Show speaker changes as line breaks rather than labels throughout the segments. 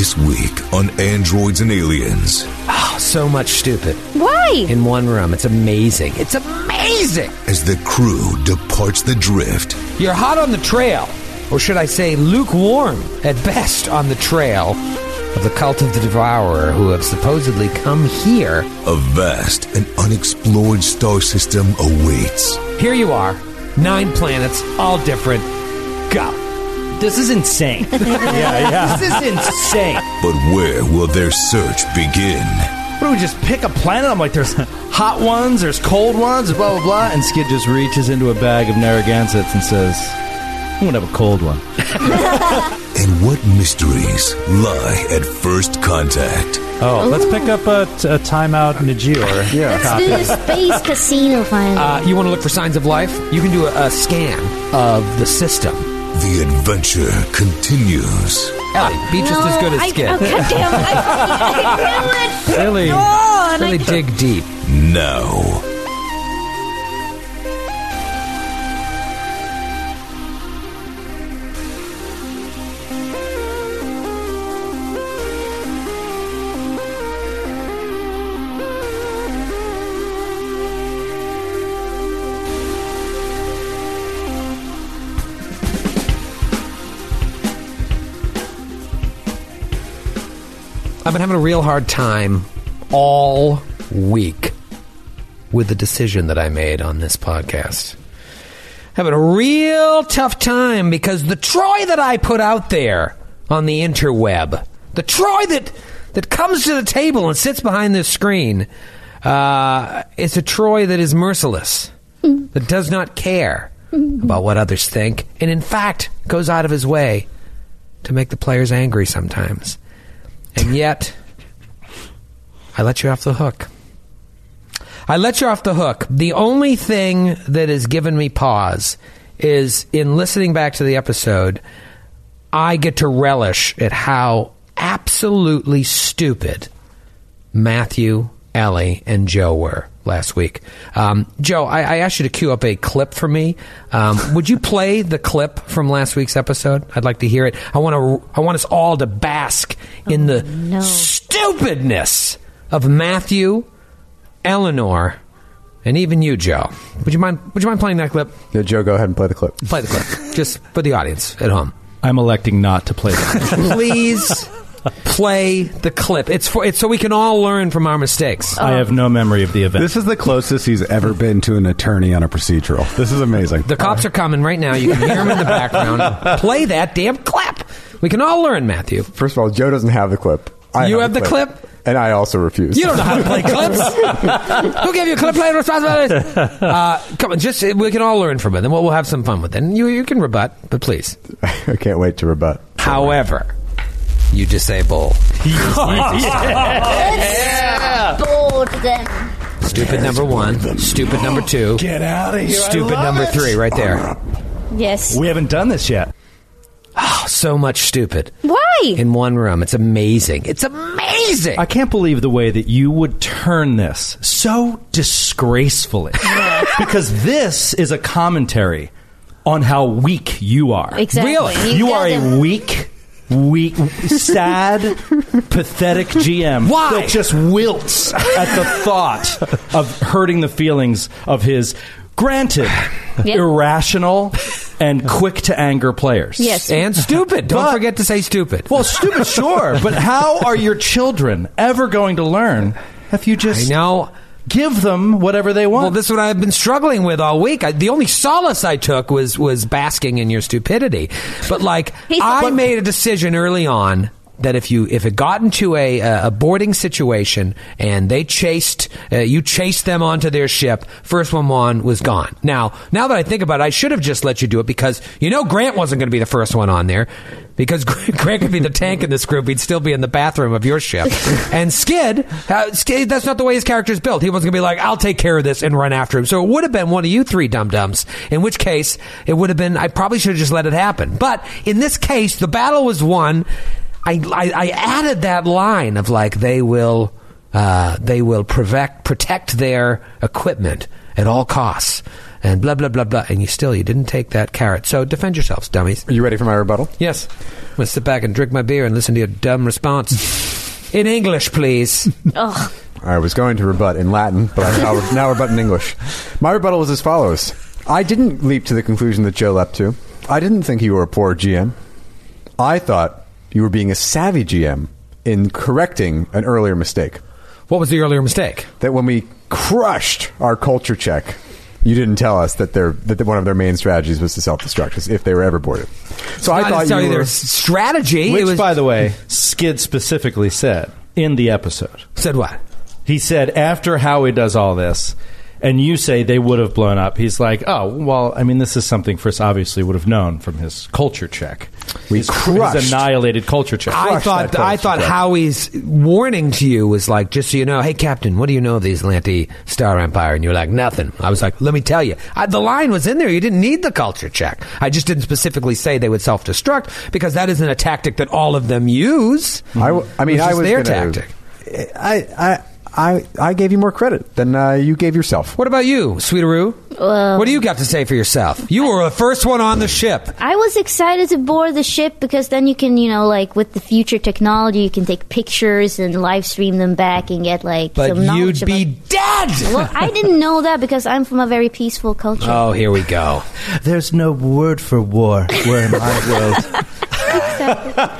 This week on Androids and Aliens.
Oh, so much stupid.
Why?
In one room. It's amazing. It's amazing.
As the crew departs the drift,
You're hot on the trail, or should I say lukewarm at best on the trail of the cult of the devourer who have supposedly come here.
a vast and unexplored star system awaits.
Here you are. Nine planets, all different. Go.
This is insane. This is insane.
But where will their search begin?
What do we just pick a planet? I'm like, there's hot ones, there's cold ones, blah blah blah. And Skid just reaches into a bag of Narragansetts and says, "I'm gonna have a cold one."
And what mysteries lie at first contact?
Oh, let's pick up a, a timeout Najir. yeah.
Let's do the space casino finally.
Uh, you want to look for signs of life? You can do a, a scan of the system.
The adventure continues.
Ellie, be just as good as Skid.
I, oh, goddamn, I, I knew it.
Really?
Oh, and
really
I,
dig deep.
Now,
I've been having a real hard time all week with the decision that I made on this podcast. Having a real tough time because the Troy that I put out there on the interweb, the Troy that that comes to the table and sits behind this screen, uh, it's a Troy that is merciless, that does not care about what others think, and in fact goes out of his way to make the players angry sometimes. And yet, I let you off the hook. I let you off the hook. The only thing that has given me pause is in listening back to the episode, I get to relish at how absolutely stupid Matthew, Ellie, and Joe were last week. Um, Joe, I, I asked you to queue up a clip for me. Um, would you play the clip from last week's episode? I'd like to hear it. I want to. I want us all to bask in the stupidness of Matthew, Eleanor, and even you, Joe. Would you mind? Would you mind playing that clip?
Yeah, Joe, go ahead and play the clip.
Play the clip, just for the audience at home
I'm electing not to play that.
please play the clip. It's for it's so we can all learn from our mistakes.
I have no memory of the event.
This is the closest he's ever been to an attorney on a procedural. This is amazing.
The cops are coming right now. You can hear them in the background. Play that damn clip. We can all learn, Matthew.
First of all, Joe doesn't have the clip. I
You have the clip?
and I also refuse.
You don't know how to play clips. Who gave you clip playing responsibilities? Uh, come on, just we can all learn from it, and we'll, we'll have some fun with it. And you you can rebut, but please.
I can't wait to rebut.
However, you disable
bored then.
stupid number one, stupid number two,
Get out of here.
stupid number three, right there.
Yes.
We haven't done this yet.
So much stupid
Why?
in one room. It's amazing. It's amazing.
I can't believe the way that you would turn this so disgracefully. because this is a commentary on how weak you are.
exactly.
Really?
You
You are
gotta-
a weak, weak, sad, pathetic GM
Why?
that just wilts at the thought of hurting the feelings of his, granted,
Yep.
irrational and quick to anger players.
Yes.
and stupid. Don't
But-
forget to say stupid.
Well, stupid, sure, but how are your children ever going to learn if you
I
just
know.
give them whatever they want?
Well, this is what I've been struggling with all week. I, the only solace I took was was basking in your stupidity. But like,
He's-
I
But-
made a decision early on that if you if it got into a a boarding situation and they chased uh, you chased them onto their ship, first one on was gone. Now, now that I think about it, I should have just let you do it because you know Grant wasn't going to be the first one on there. Because Grant could be the tank in this group, he'd still be in the bathroom of your ship. And Skid, uh, Skid, that's not the way his character's built. He wasn't going to be like, "I'll take care of this" and run after him. So it would have been one of you three dum dums. In which case, it would have been I probably should have just let it happen. But in this case, the battle was won. I I, I added that line of like they will uh, they will protect protect their equipment at all costs. and blah blah blah blah, and you still you didn't take that carrot. So defend yourselves, dummies.
Are you ready for my rebuttal?
Yes, I'm gonna sit back and drink my beer and listen to your dumb response in English, please.
Ugh.
I was going to rebut in Latin, but I now, now rebut in English. My rebuttal is as follows I didn't leap to the conclusion that Joe leapt to. I didn't think you were a poor GM. I thought you were being a savvy GM in correcting an earlier mistake.
What was the earlier mistake?
That when we crushed our culture check, you didn't tell us that their that one of their main strategies was to self destruct, if they were ever boarded. So I
Not
thought
necessarily
you
their
were.
strategy.
Which,
it was,
by the way, Skid specifically said in the episode.
said what?
He said after Howie does all this, and you say they would have blown up. He's like, oh well, I mean, this is something Chris obviously would have known from his culture check.
We
his,
crushed.
his annihilated culture check.
I
Crush
thought
that
I
culture
thought
check.
Howie's warning to you was like, just so you know, hey Captain, what do you know of the Atlanti Star Empire? And you were like, nothing. I was like, let me tell you, I, the line was in there. You didn't need the culture check. I just didn't specifically say they would self-destruct because that isn't a tactic that all of them use.
I, w- I mean,
It was
I
just
was
their
gonna-
tactic.
I, I, I, I gave you more credit than uh, you gave yourself.
What about you, Sweetaroo? what do you got to say for yourself? You were the first one on the ship.
I was excited to board the ship because then you can, you know, like with the future technology, you can take pictures and live stream them back and get like
But
some knowledge
you'd be
about-
dead.
well, I didn't know that because I'm from a very peaceful culture.
Oh, here we go.
There's no word for war. We're in my world.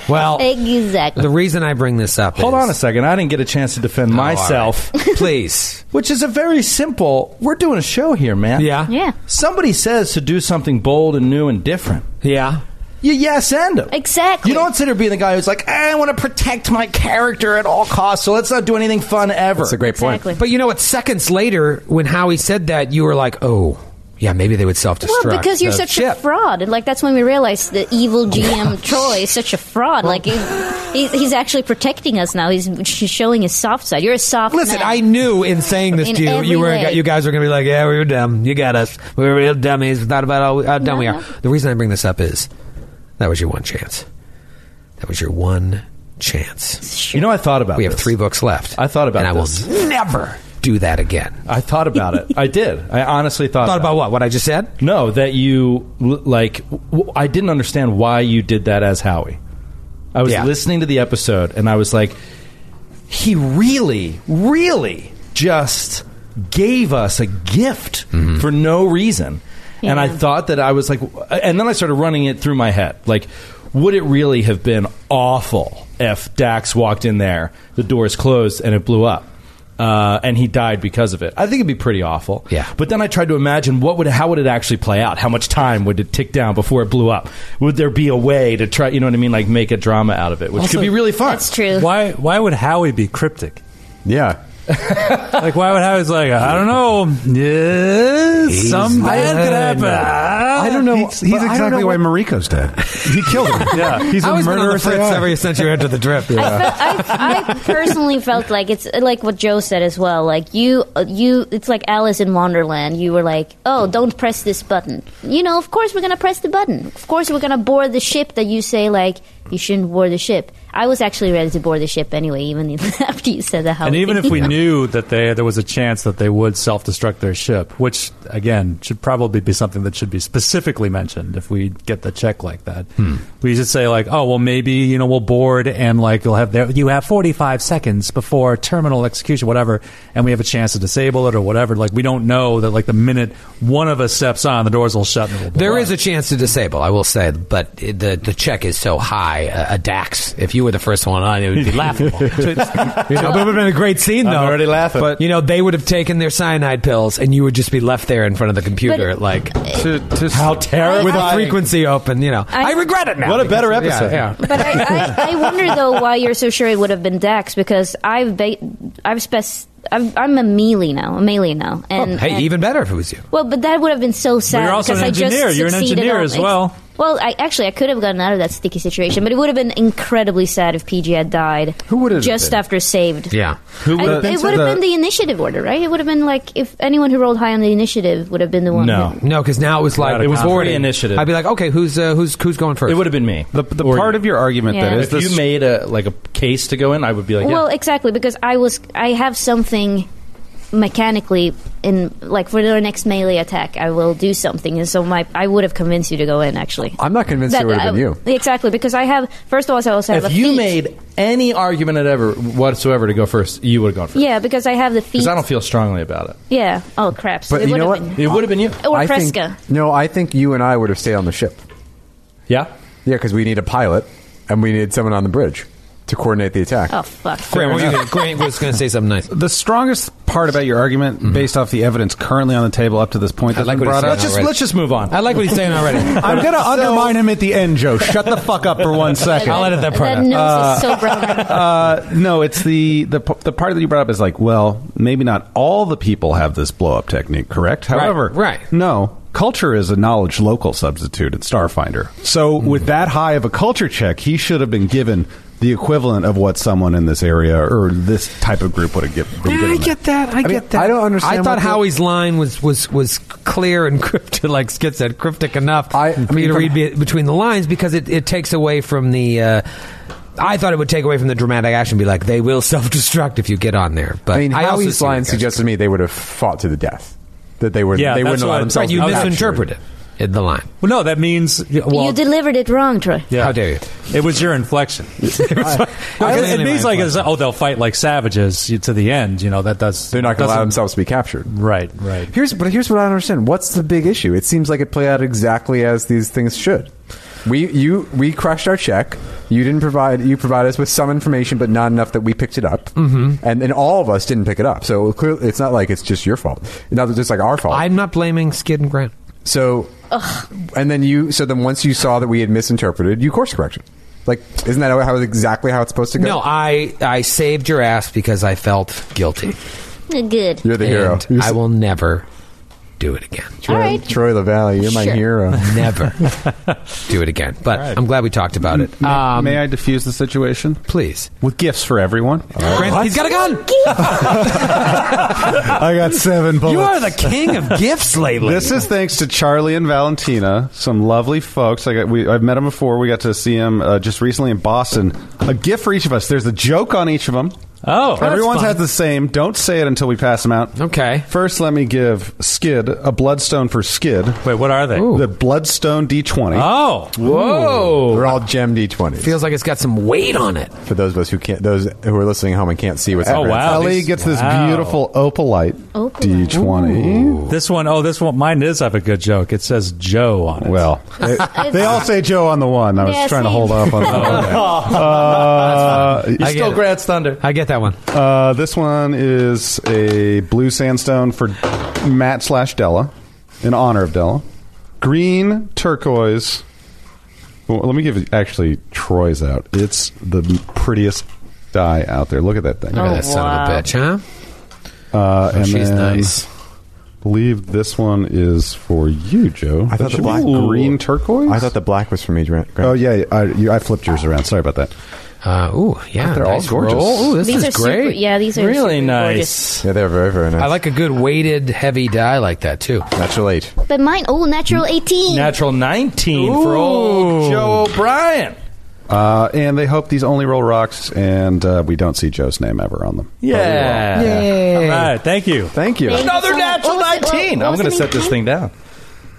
Well,
Exactly.
the reason I bring this up.
Hold
is- Oh,
on a second. I didn't get a chance to defend
all right.
myself,
please.
which is a very simple. We're doing a show here, man.
Yeah.
Yeah.
Somebody says to do something bold and new and different.
Yeah.
You yes and them.
Exactly.
You don't consider being the guy who's like, "Eh, I want to protect my character at all costs, so let's not do anything fun ever.
That's a great point.
Exactly.
But you know what? Seconds later, when Howie said that, you were like, oh, yeah, maybe they would self destruct.
Well, because you're such a fraud, and like that's when we realized the evil GM Troy is such a fraud. Like he, he, he's actually protecting us now. He's sh- showing his soft side. You're a soft.
Listen,
man.
I knew in saying this
In
to you,
every
you were
way.
you guys were going to be like, "Yeah, we were dumb. You got us. We were real dummies. We Thought about how, how dumb
No,
we are."
no.
The reason I bring this up is that was your one chance. That was your one chance.
You know, I thought about
We have
this.
three books left.
I thought about
and
this.
I will never do that again.
I thought about it. I did. I honestly thought,
Thought about what? What I just said?
it. No, that you, l- like, w- I didn't understand why you did that as Howie. I was
Yeah.
listening to the episode and I was like, he really, really just gave us a gift
Mm-hmm.
for no reason. And I
Yeah.
thought that I was like, and then I started running it through my head. Like, would it really have been awful if Dax walked in there, the doors closed, and it blew up? Uh, and he died because of it. I think it'd be pretty awful.
Yeah.
But then I tried to imagine what would how would it actually play out? How much time would it tick down before it blew up? Would there be a way to try? You know what I mean? Like make a drama out of it, which could be really fun.
That's true.
Why? Why would Howie be cryptic?
Yeah.
Like, why would Howie's like, I don't know. Yeah, something bad could happen.
I don't know.
He's-
but I
he's
don't
exactly
know
why
what-
Mariko's dead.
He killed him.
Yeah, he's
Howie's
a
been on the
murderer.
fritz ever since you entered the drip. Yeah.
I, I personally felt like it's like what Joe said as well. Like you, you, it's like Alice in Wonderland. You were like, "Oh, don't press this button." You know, of course we're gonna press the button. Of course we're gonna board the ship that you say like you shouldn't board the ship. I was actually ready to board the ship anyway, even if- after you said that. How
And even if we knew that they there was a chance that they would self-destruct their ship, which again should probably be something that should be specifically mentioned if we get the check like that.
Hmm.
We should say like, oh well, maybe you know we'll board and like you'll have there you have 45 seconds before terminal execution, whatever, and we have a chance to disable it or whatever. Like we don't know that like the minute one of us steps on, the doors will shut. And we'll
There is a chance to disable, I will say, but the the check is so high. A, a Dax, if you were the first one on, it would be laughable. So it's- you know, but it would have been a great scene, though.
already laughing.
But you know, they would have taken their cyanide pills, and you would just be left there in front of the computer,
But-
like
To, to
How terrifying!
with a frequency open. You know, I,
I-
regret it now.
What a better
because-
episode.
Yeah, yeah.
But I, I, I wonder though why you're so sure it would have been Dax because I've ba- I've spec I'm, I'm a melee now, a melee now, and
Oh, hey,
and-
even better if it was you.
Well, but that would have been so sad.
Oh, you're also
because
an
I just
engineer. You're an
succeeded
engineer
on-
as well.
Well, I actually I could have gotten out of that sticky situation, but it would have been incredibly sad if PG had died. Who
would it have
just
been?
after saved?
Yeah.
Who
I- it would have been the initiative order, right? It would have been like if anyone who rolled high on the initiative would have been the one.
No.
who-
No, because now it was like
It was
boarding.
pre-initiative.
I'd be like, okay, who's uh, who's who's going first?
It would have been me.
The, the
Or
part
you.
of your argument
Yeah.
that is
if you
this
made a like a case to go in, I would be like, yeah.
Well, exactly because I was I have something mechanically in like for their next melee attack, I will do something. And so my I would have convinced you to go in actually.
I'm not convinced it would have been you.
Exactly because I have first of all, I also have
if
a
you
feat.
made any argument at ever whatsoever to go first, you would have gone first.
yeah because I have the feet.
Because I don't feel strongly about it.
yeah. Oh crap! So
But
it
you
would
know
have
what?
been-
It would have been you.
or
I think-
Fresca.
no, I think you and I would have stayed on the ship.
Yeah?
Yeah, because we need a pilot and we need someone on the bridge to coordinate the attack.
Oh fuck!
Grant, what were you gonna- Grant was going to say something nice.
The strongest part about your argument, based off the evidence currently on the table up to this point,
Mm-hmm. I
that's
like
been
what he's
brought
saying
up.
Let's just,
already.
let's just move on.
I like what he's saying already.
I'm going to undermine him at the end, Joe. Shut the fuck up for one second.
I'll edit that part
That
out.
nose is so brown.
Uh, no, it's the, the p- the part that you brought up is like, well, maybe not all the people have this blow up technique, correct? However,
right.
No, culture is a knowledge local substitute at Starfinder. So
Mm-hmm.
with that high of a culture check, he should have been given the equivalent of what someone in this area or this type of group would have given. been
I
given.
get that. I,
mean,
get that.
I don't understand
I thought
what the-
Howie's line was was was clear and cryptic, like Skit said, cryptic enough
I- I
for
mean,
you to
from-
read be- between the lines because it, it takes away from the. Uh, I thought it would take away from the dramatic action, be like they will self destruct if you get on there. But
I mean,
also
Howie's
see what
line
you guys-
suggested to me they would have fought to the death. That they would,
Yeah,
they wouldn't
that's what-
allow
right,
themselves.
Right, you
to be captured.
misinterpreted it, the line.
Well, no, that means yeah, well,
you delivered it wrong, Troy.
yeah.
How dare you?
It was your inflection.
I
it,
was
it
saying
means
my
like it's, oh, they'll fight like savages you- to the end. You know that that's
They're not going to allow
doesn't-
themselves to be captured.
Right, right.
Here's, but here's what I don't understand. What's the big issue? It seems like it played out exactly as these things should. We, you, we crushed our check. You didn't provide. You provided us with some information, but not enough that we picked it up. Mm-hmm. And and all of us didn't pick it up. So clearly, it's not like it's just your fault. Not that it's like our fault.
I'm not blaming Skid and Grant.
so, and then you. So then, once you saw that we had misinterpreted, you course correction. Like, isn't that how exactly how it's supposed to go?
No, I I saved your ass because I felt guilty.
Good.
you're the hero.
And
You're
I will never do it again.
Troy,
All right.
Troy LaValle. You're my
Sure.
hero.
Never do it again. But I'm glad we talked about it. Um,
May I diffuse the situation
please?
with gifts for everyone?
Grant, he's got a gun.
I got seven bullets.
You are the king of gifts lately.
This is thanks to Charlie and Valentina, some lovely folks. I got, we, I've met them before. We got to see them uh, just recently in Boston. A gift for each of us. There's a joke on each of them.
Oh, that's
everyone's
fun.
has the same. Don't say it until we pass them out.
Okay.
First, let me give Skid a bloodstone for Skid.
Wait, what are they?
The bloodstone D20.
Oh,
Whoa.
We're all gem d20s.
Feels like it's got some weight on it.
for those of us who can't those who are listening at home and can't see what's
Oh,
happening.
wow.
Ellie
these-
gets this
wow.
beautiful opalite,
Opalite.
D20.
this one, oh, this one. Mine does have a good joke. It says Joe on it.
Well, they, they all say Joe on the one. I was
Yeah,
trying to
same.
hold off on that. Uh,
I get it.
Grant's thunder.
I get that one.
Uh, this one is a blue sandstone for Matt slash Della, in honor of Della. Green turquoise. Well, let me give actually Troy's out. It's the prettiest dye out there. Look at that thing.
Look at
Oh,
that son of a
wow.
bitch, huh?
Uh, and
She's
then
nice.
I believe this one is for you, Joe.
I thought
That
the
should be
black
green turquoise.
I thought the black was for me, Grant.
Oh yeah, I, you, I flipped yours around. Sorry about that.
Uh, ooh, yeah.
They're all
nice
gorgeous.
roll. Ooh, this
These
is
are
great.
super. Yeah, these are
Really
super
nice.
gorgeous.
yeah, they're very very nice.
I like a good weighted heavy die like that too.
natural eight.
But mine, oh, natural eighteen.
Natural 19 for old
Ooh.
Joe O'Brien.
Uh, and they hope these only roll rocks, and uh, we don't see Joe's name ever on them.
Yeah.
all right. Thank you.
Thank you.
Thank
Another
you so much.
natural
What was it-
19.
what
I'm
was
going
the
to set
name?
this thing down.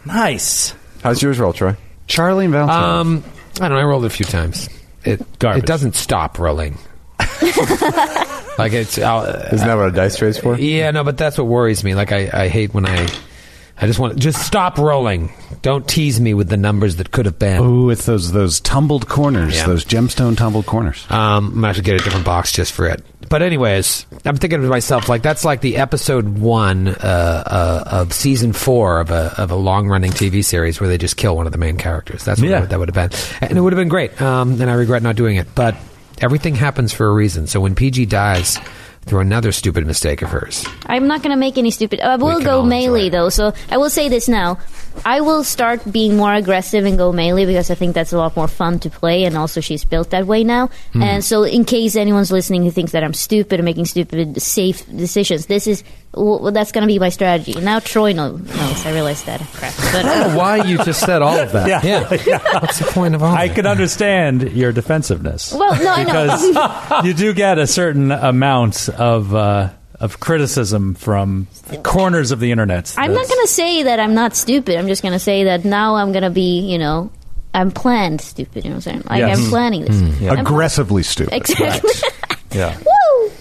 Nice.
How's yours roll, Troy?
Charlie and Valentine.
Um, I don't know. I rolled it a few times. It
Garbage.
it doesn't stop rolling. like it's I'll,
Isn't that what a dice tray's for?
yeah no, but that's what worries me. Like I, I hate when I I just want just stop rolling. Don't tease me with the numbers that could have been.
Ooh, it's those those tumbled corners,
Yeah.
those gemstone tumbled corners.
Um, I'm actually get a different box just for it. But anyways, I'm thinking to myself like that's like the episode one uh, uh, of season four of a of a long running TV series where they just kill one of the main characters. That's what
Yeah.
that would have been, and it would have been great. Um, and I regret not doing it. But everything happens for a reason. So when PG dies through another stupid mistake of hers,
I'm not gonna make any stupid. I
We
will
can
go
all enjoy
melee
it.
though, so I will say this now. I will start being more aggressive and go melee because I think that's a lot more fun to play, and also she's built that way now. And so, in case anyone's listening who thinks that I'm stupid and making stupid safe decisions, this is well, that's gonna be my strategy. Now Troy knows. knows I realize that crap, but uh,
Why you just said all of that?
yeah, what's the point of all?
I
that?
can understand your defensiveness.
well, no, I know.
because you do get a certain amount of uh, of criticism from corners of the internet.
I'm not
that's-
gonna say that I'm not stupid. I'm just gonna say that now I'm gonna be, you know, I'm planned stupid. You know what I'm saying? Like
Yes.
I'm planning this.
Aggressively stupid.
Exactly.
Yeah.
Woo!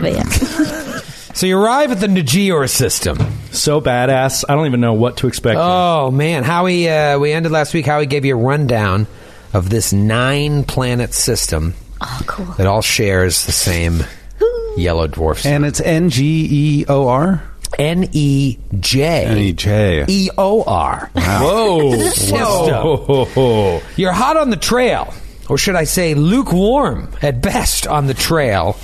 But yeah,
So you arrive at the Nagior system.
So badass. I don't even know what to expect.
Oh man, Howie, uh, we ended last week. Howie gave you a rundown of this nine planet system
oh, cool.
that all shares the same yellow dwarf.
And it's N G E O R.
N E J
J.
E O R.
Whoa. Whoa.
You're hot on the trail, or should I say, lukewarm at best on the trail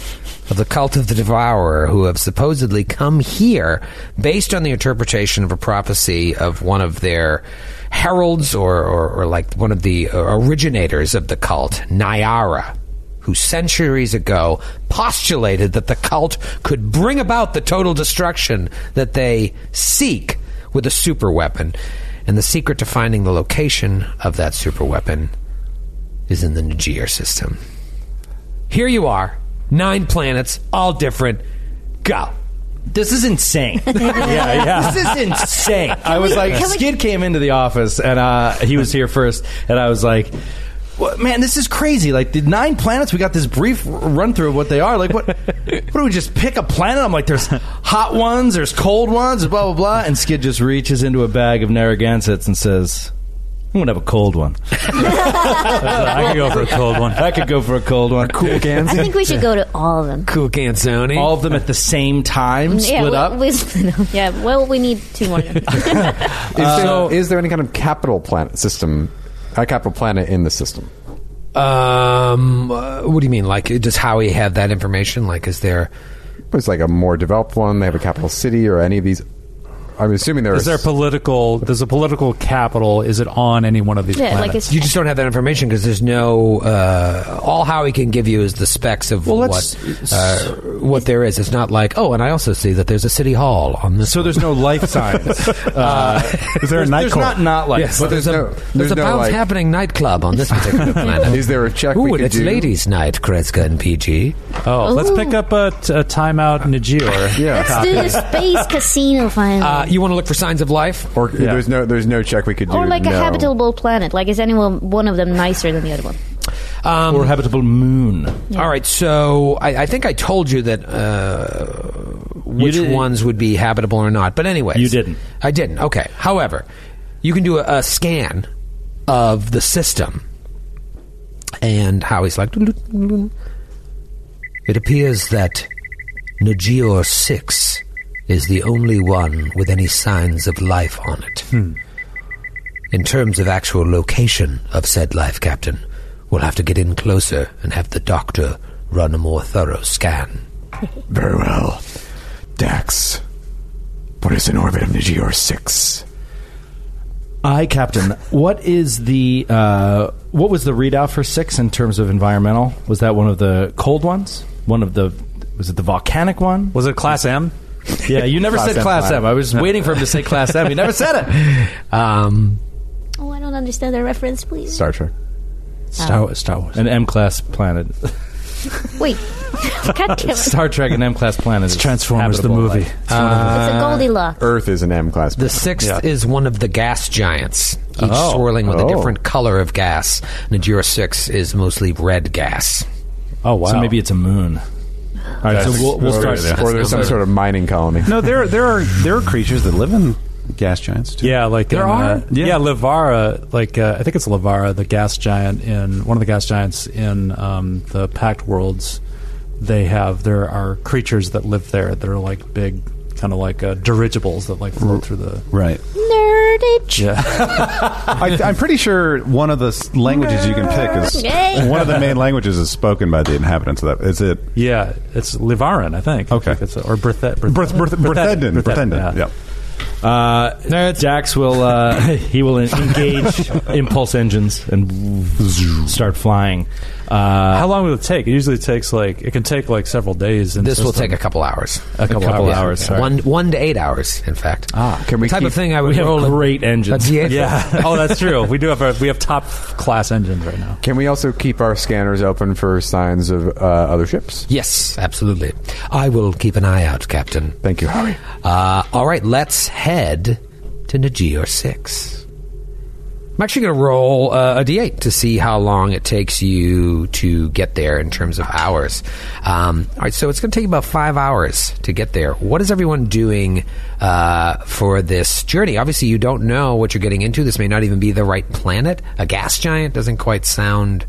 of the cult of the devourer who have supposedly come here based on the interpretation of a prophecy of one of their heralds or, or, or like one of the originators of the cult, Nyara. Who centuries ago postulated that the cult could bring about the total destruction that they seek with a superweapon. And the secret to finding the location of that superweapon is in the Nagier system. Here you are, nine planets, all different. Go.
This is insane. yeah, yeah. This is insane. I was
we-
like,
can we-
Skid came into the office and uh, he was here first, and I was like, "What- man, this is crazy. Like, the nine planets, we got this brief run through of what they are. Like, what, what do we just pick a planet? I'm like, there's hot ones, there's cold ones, blah, blah, blah. And Skid just reaches into a bag of Narragansetts and says, I'm going to have a cold one.
I could go for a cold one.
I could go for a cold one. Cool cans.
I think we should go to all of them.
Cool Canzoni.
All of them at the same time,
yeah,
split
we,
up.
we split up. Yeah. Well, we need two more.
Is, there, is there any kind of capital planet system? A capital planet in the system?
um, uh, what do you mean? Like, does Howie have that information? Like, is there?
It's like a more developed one. They have a capital city or any of these. I'm assuming there
Is there a political? There's a political capital. Is it on any one of these
yeah,
planets?
like it's
You just don't have that information because there's no. Uh, all Howie can give you is the specs of
let's-
what uh, what there is. It's not like oh, and I also see that there's a city hall on this.
So there's no life signs. Uh,
Is there a
there's-
night
There's
court?
not not life.
Yes,
signs.
but there's,
there's
a
no-
there's,
there's
a
no,
bounce
like-
happening nightclub on this particular planet.
Is there a check we
Ooh,
could
it's
do?
ladies' night, Kretzka and PG.
oh, let's
Ooh.
pick up a, t- a timeout Nagior. yeah.
let's do the space casino finally.
Uh, you want to look for signs of life?
Or there's no there's no check we could do.
or like a
no.
habitable planet. Like, is any one one of them nicer than the other one?
Um,
or habitable moon.
All right, so I, I think I told you that uh, which
didn't-
ones would be habitable or not. But anyway,
You didn't.
I didn't. Okay. However, you can do a, a scan of the system, and Howie's like, "Dun, dun, dun, dun." it appears that Nagior Six is the only one with any signs of life on it.
Hmm.
In terms of actual location of said life, Captain, we'll have to get in closer and have the doctor run a more thorough scan.
Very well. Dax, what is in orbit of Nigior 6?
I Captain. What is the uh, what was the readout for six in terms of environmental? Was that one of the cold ones? One of the was it the volcanic one?
Was it Class M?
Yeah, you never
Class
said
M
Class
planet.
M. I was waiting for him to say Class M. He never said it.
Um,
Oh, I don't understand the reference, please.
Star Trek.
Star, Star Wars.
An M class planet.
Oh. Wait. God damn it.
Star Trek and M class planet. It's
Transformers the movie.
It's a Goldilocks.
Earth is an M class.
the sixth is one of the gas giants, each swirling with a
Oh.
different color of gas. Najira 6 is mostly red gas.
oh wow.
So maybe it's a moon. All right, so we'll, we'll
or,
start.
or there's some sort of mining colony.
No, there there are there are creatures that live in gas giants too.
Yeah, like
There
in,
are?
uh, yeah. Lavara. Like uh, I think it's Lavara, the gas giant in one of the gas giants in um, the Pact Worlds. They have there are creatures that live there that are like big, kind of like uh, dirigibles that like float through the.
Right.
Nerdage.
I, I'm pretty sure one of the s- languages you can pick is
Yay.
one of the main languages is spoken by the inhabitants of that. Is it
Yeah, it's Livaran, I think.
Okay.
I think it's, or Berthet. Berthet.
Berth, Berth, Berthendon? Berthendon. Yeah.
Uh, Dax will uh, he will engage impulse engines and start flying. Uh,
How long will it take? It usually takes like it can take like several days. In
This will
system.
take a couple hours.
A couple
yeah.
hours,
Yeah.
sorry.
One one to eight hours, in fact. Ah,
can we
type
keep-
of thing I would
we have
roll a-
great
a
engines.
D8
Yeah. oh, that's true. We do have a, we have top class engines right now.
Can we also keep our scanners open for signs of uh, other ships?
Yes, absolutely. I will keep an eye out, Captain.
Thank you, Howie.
Uh, all right, let's head to Nagior 6. I'm actually going to roll uh, a d8 to see how long it takes you to get there in terms of hours. Um, all right, so it's going to take you about five hours to get there. What is everyone doing uh, for this journey? Obviously, you don't know what you're getting into. This may not even be the right planet. A gas giant doesn't quite sound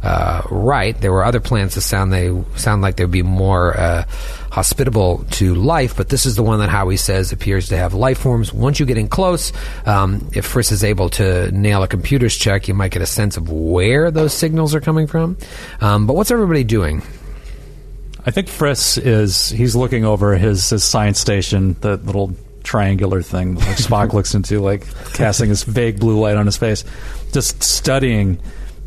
uh, right. There were other plans that sound they sound like they'd be more uh, hospitable to life, but this is the one that Howie says appears to have life forms. Once you get in close, um, if Friss is able to nail a computer's check, you might get a sense of where those signals are coming from. Um, but what's everybody doing?
I think Friss is he's looking over his, his science station, that little triangular thing that like Spock looks into, like casting this vague blue light on his face, just studying,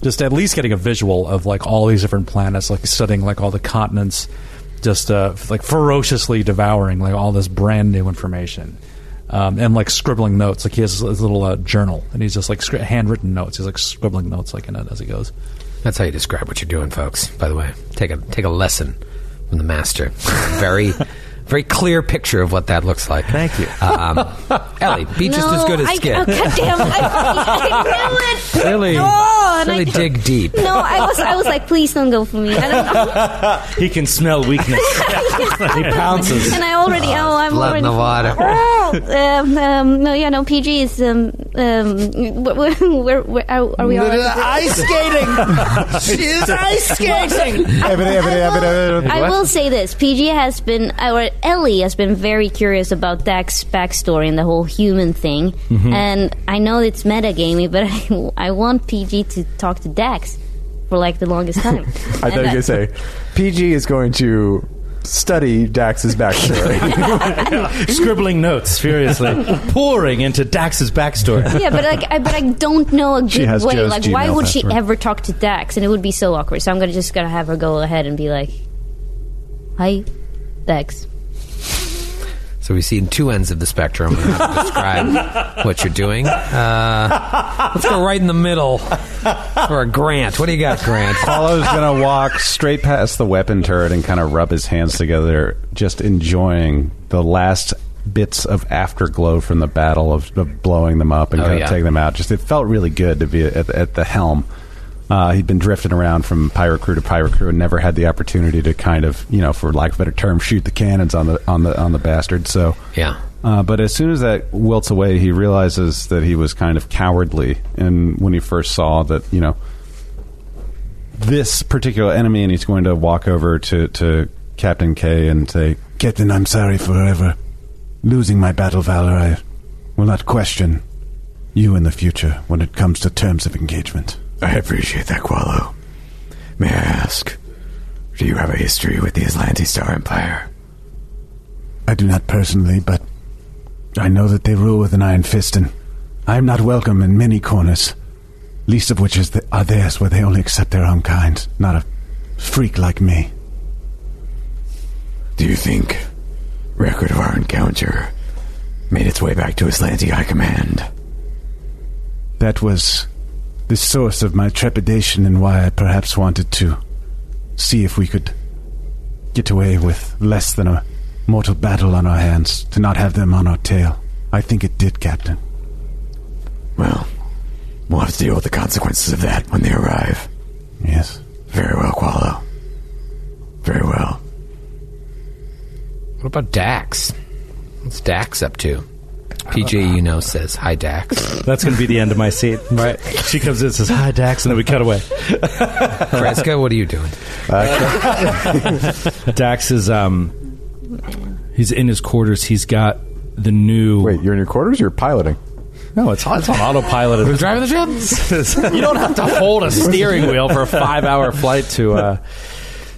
just at least getting a visual of like all these different planets, like studying like all the continents, just uh, like ferociously devouring like all this brand new information. Um, and like scribbling notes, like he has his little uh, journal, and he's just like scri- handwritten notes. He's like scribbling notes, like in it as he goes.
That's how you describe what you're doing, folks. By the way, take a take a lesson from the master. very, very clear picture of what that looks like. Thank you, um, Ellie. Be just
no,
as good as
I,
Skid.
Oh, goddamn! I, I knew it.
Really,
No, and
really
I,
dig deep.
No, I was, I was like, please don't go for me. I don't know.
He can smell weakness. he pounces.
And I already, oh, I'm
blood in
already
the water.
um, um, no, yeah, no. PG is um, um, where, where, where are, are we? All
Ice skating! she is ice skating!
Evident, evident, evident, evident.
I will say this: PG has been, or Ellie has been, very curious about Dax's backstory and the whole human thing. And I know it's metagamey, but I, I want PG to talk to Dax for like the longest time.
I thought you were going to say, PG is going to study Dax's backstory.
Scribbling notes furiously, pouring into Dax's backstory.
yeah, but like, I, but I don't know a good
has
way.
Joe's
like, why
Gmail
would she
password.
ever talk to Dax? And it would be so awkward. So I'm gonna just gonna have her go ahead and be like, "Hi, Dax."
So we've seen two ends of the spectrum. We're not gonna describe what you're doing. Uh, let's go right in the middle for a Grant. What do you got, Grant?
Follow's gonna walk straight past the weapon turret and kind of rub his hands together, just enjoying the last bits of afterglow from the battle of, of blowing them up and
Oh,
kind of
yeah.
taking them out. Just it felt really good to be at, at the helm. Uh, he'd been drifting around from pirate crew to pirate crew and never had the opportunity to kind of, you know, for lack of a better term, shoot the cannons on the on the on the bastard. So
Yeah.
uh, but as soon as that wilts away, he realizes that he was kind of cowardly. And when he first saw that, you know, this particular enemy, and he's going to walk over to, to Captain K and say, Captain, I'm sorry forever. Losing my battle valor, I will not question you in the future when it comes to terms of engagement.
I appreciate that, Qualo. May I ask, do you have a history with the Atlantis Star Empire?
I do not personally, but I know that they rule with an iron fist, and I am not welcome in many corners, least of which is the, are theirs, where they only accept their own kind, not a freak like me.
Do you think record of our encounter made its way back to Aslanti High Command?
That was the source of my trepidation and why I perhaps wanted to see if we could get away with less than a mortal battle on our hands, to not have them on our tail. I think it did, Captain.
Well, we'll have to deal with the consequences of that when they arrive.
Yes.
Very well, Qualo. Very well.
What about Dax? What's Dax up to? PJ, you know, says hi, Dax.
That's going to be the end of my seat. Right. She comes in and says, Hi, Dax, and then we cut away.
Fresco, what are you doing?
Dax is, um, he's in his quarters. He's got the new.
Wait, you're in your quarters? You're piloting.
No, it's, it's on autopilot. We're driving the ship. you don't have to hold a steering wheel for a five-hour flight to. Uh,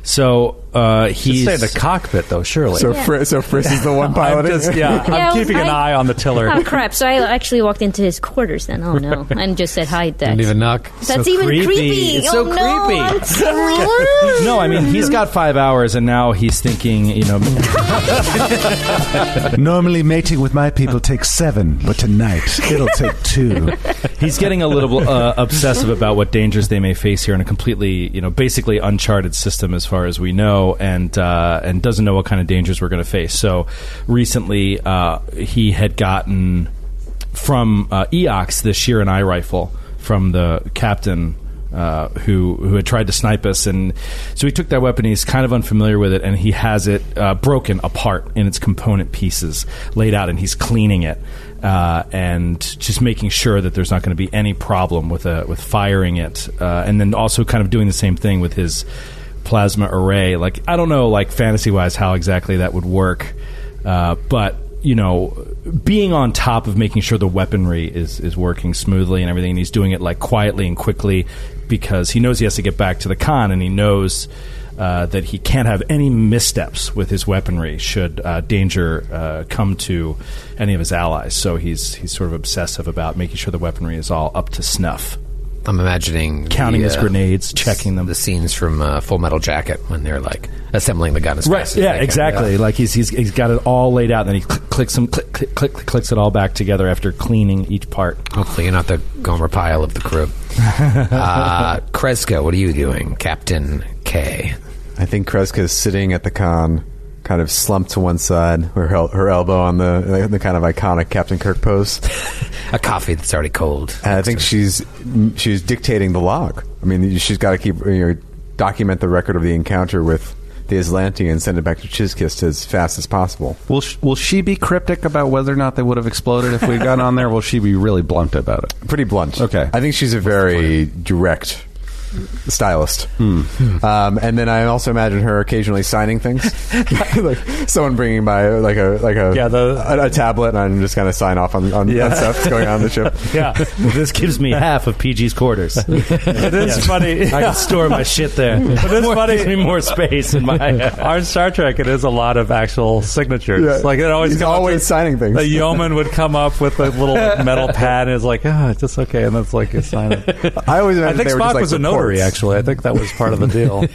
so uh, he's
Stay in the cockpit, though, surely.
So,
Yeah.
Fri- so Friss is the one
I'm
piloting.
just, yeah,
Yeah,
I'm keeping an
I-
eye on the tiller.
Oh crap! So I actually walked into his quarters then. Oh no! And just said hi. Dex.
Didn't even knock.
That's
So
even
creepy.
creepy.
It's
oh,
so
no,
creepy.
I'm sorry.
no, I mean he's got five hours, and now he's thinking, you know,
Normally, mating with my people takes seven, but tonight it'll take two.
he's getting a little uh, obsessive about what dangers they may face here in a completely, you know, basically uncharted system as far as we know, and uh, and doesn't know what kind of dangers we're going to face. So recently, uh, he had gotten from uh, Eox the shear and eye rifle from the captain. Uh, who who had tried to snipe us, and so he took that weapon. He's kind of unfamiliar with it, and he has it uh, broken apart in its component pieces, laid out, and he's cleaning it uh, and just making sure that there's not going to be any problem with uh, with firing it, uh, and then also kind of doing the same thing with his plasma array. Like I don't know, like fantasy wise, how exactly that would work, uh, but you know, being on top of making sure the weaponry is is working smoothly and everything, and he's doing it like quietly and quickly because he knows he has to get back to the con, and he knows. Uh, that he can't have any missteps with his weaponry should uh, danger uh, come to any of his allies. So he's he's sort of obsessive about making sure the weaponry is all up to snuff.
I'm imagining
Counting
the, uh,
his grenades, checking them.
The scenes from uh, Full Metal Jacket when they're like assembling the gun as fast as
Yeah,
they can.
exactly. Like he's, he's he's got it all laid out, and then he cl- clicks them, click, click, click, clicks it all back together after cleaning each part.
Hopefully, you're not the Gomer pile of the crew. uh, Kreska, what are you doing, Captain K?
I think Kreska is sitting at the con, kind of slumped to one side, her, hel- her elbow on the, the kind of iconic Captain Kirk pose.
A coffee that's already cold.
And I think she's she's dictating the log. I mean, she's got to keep you know, document the record of the encounter with the Islanti and send it back to Chizkist as fast as possible.
Will sh- will she be cryptic about whether or not they would have exploded if we got on there? Will she be really blunt about it?
Pretty blunt.
Okay.
I think she's a very direct stylist.
Hmm.
Um, and then I also imagine her occasionally signing things, like someone bringing by like a like a
Yeah, the-
a, a tablet, and I'm just kind of sign off on, on, on stuff that's going on in the ship.
Yeah, this gives me half of PG's quarters. it is funny. I can store my shit there. But
it's funny-
Gives me more space in my.
On Star Trek, it is a lot of actual signatures.
Yeah.
Like it always
He's
come up
always
with-
signing things.
A yeoman would come up with a little metal pad and is like, "Ah, it's just okay," and that's like you sign it.
I always
I
imagine
think
they were just
Spock
like
was a notary.
reports.
Actually, I think that was part of the deal.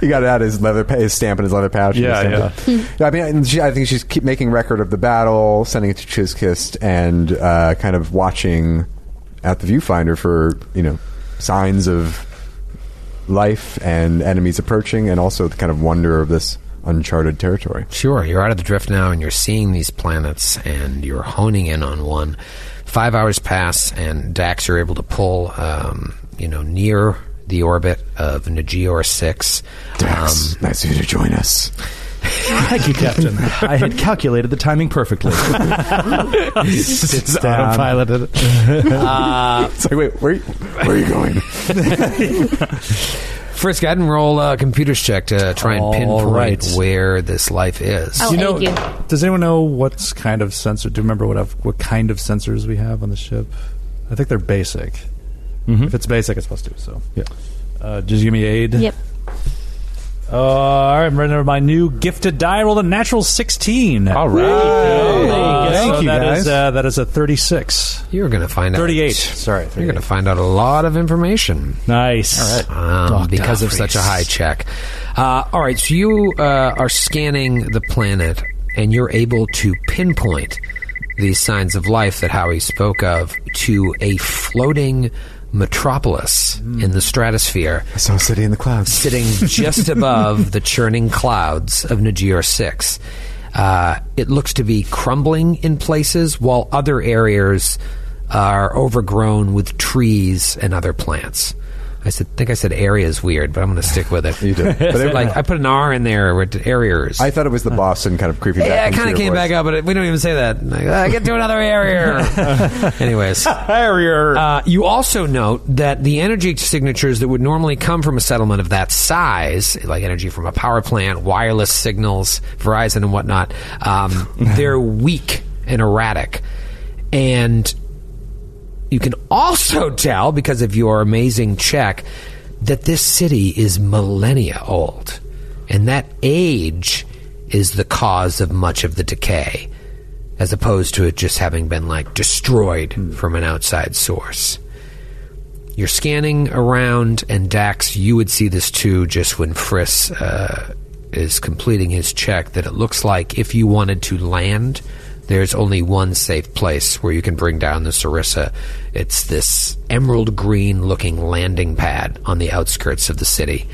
He got it out of his leather, pa- his stamp in his leather pouch. and
Yeah,
stamped it. I mean, and she, I think she's keep making record of the battle, sending it to Chizkist, and uh, kind of watching at the viewfinder for you know signs of life and enemies approaching, and also the kind of wonder of this uncharted territory.
Sure, you're out of the drift now and you're seeing these planets and you're honing in on one. Five hours pass and Dax, you're able to pull, um, you know, near the orbit of Nagior 6.
Dax,
Um,
nice of you to join us.
Thank you, Captain. I had calculated the timing perfectly. Sits down. Piloted.
It's like, wait, where?
Where are you going?
Um, Frisk, I didn't roll uh, computers check to try and
All
pinpoint
right.
where this life is.
Oh.
Do know,
aid you.
Does anyone know what's kind of sensor? Do you remember what I've- what kind of sensors we have on the ship? I think they're basic.
Mm-hmm.
If it's basic, it's supposed to. So yeah. Uh, did you give me aid?
Yep.
Uh, all right, I'm running over my new gifted die. I rolled a natural 16.
All right.
Uh,
Thank
so
you,
that
guys.
is, uh, that is a 36.
You're going to find out.
38. Sorry.
You're
38.
going to find out a lot of information.
Nice.
um, because of such a high check. Uh, all right, so you uh, are scanning the planet, and you're able to pinpoint these signs of life that Howie spoke of to a floating metropolis in the stratosphere,
I saw a city in the clouds.
sitting just above the churning clouds of Nagier 6. Uh, it looks to be crumbling in places, while other areas are overgrown with trees and other plants. I said, think I said area is weird, but I'm going to stick with it.
You did. But it-
like I put an R in there with areas.
I thought it was the Boston kind of creepy. back
yeah, it
into
kind of
your
came
voice.
back up, but it, we don't even say that. Like, ah, get to another area. Anyways, uh, you also note that the energy signatures that would normally come from a settlement of that size, like energy from a power plant, wireless signals, Verizon and whatnot, um, they're weak and erratic. And you can also tell, because of your amazing check, that this city is millennia old. and that age is the cause of much of the decay, as opposed to it just having been like destroyed from an outside source. You're scanning around, and Dax, you would see this too just when Friss uh, is completing his check. That it looks like if you wanted to land, there's only one safe place where you can bring down the Sarissa. It's this emerald green looking landing pad on the outskirts of the city.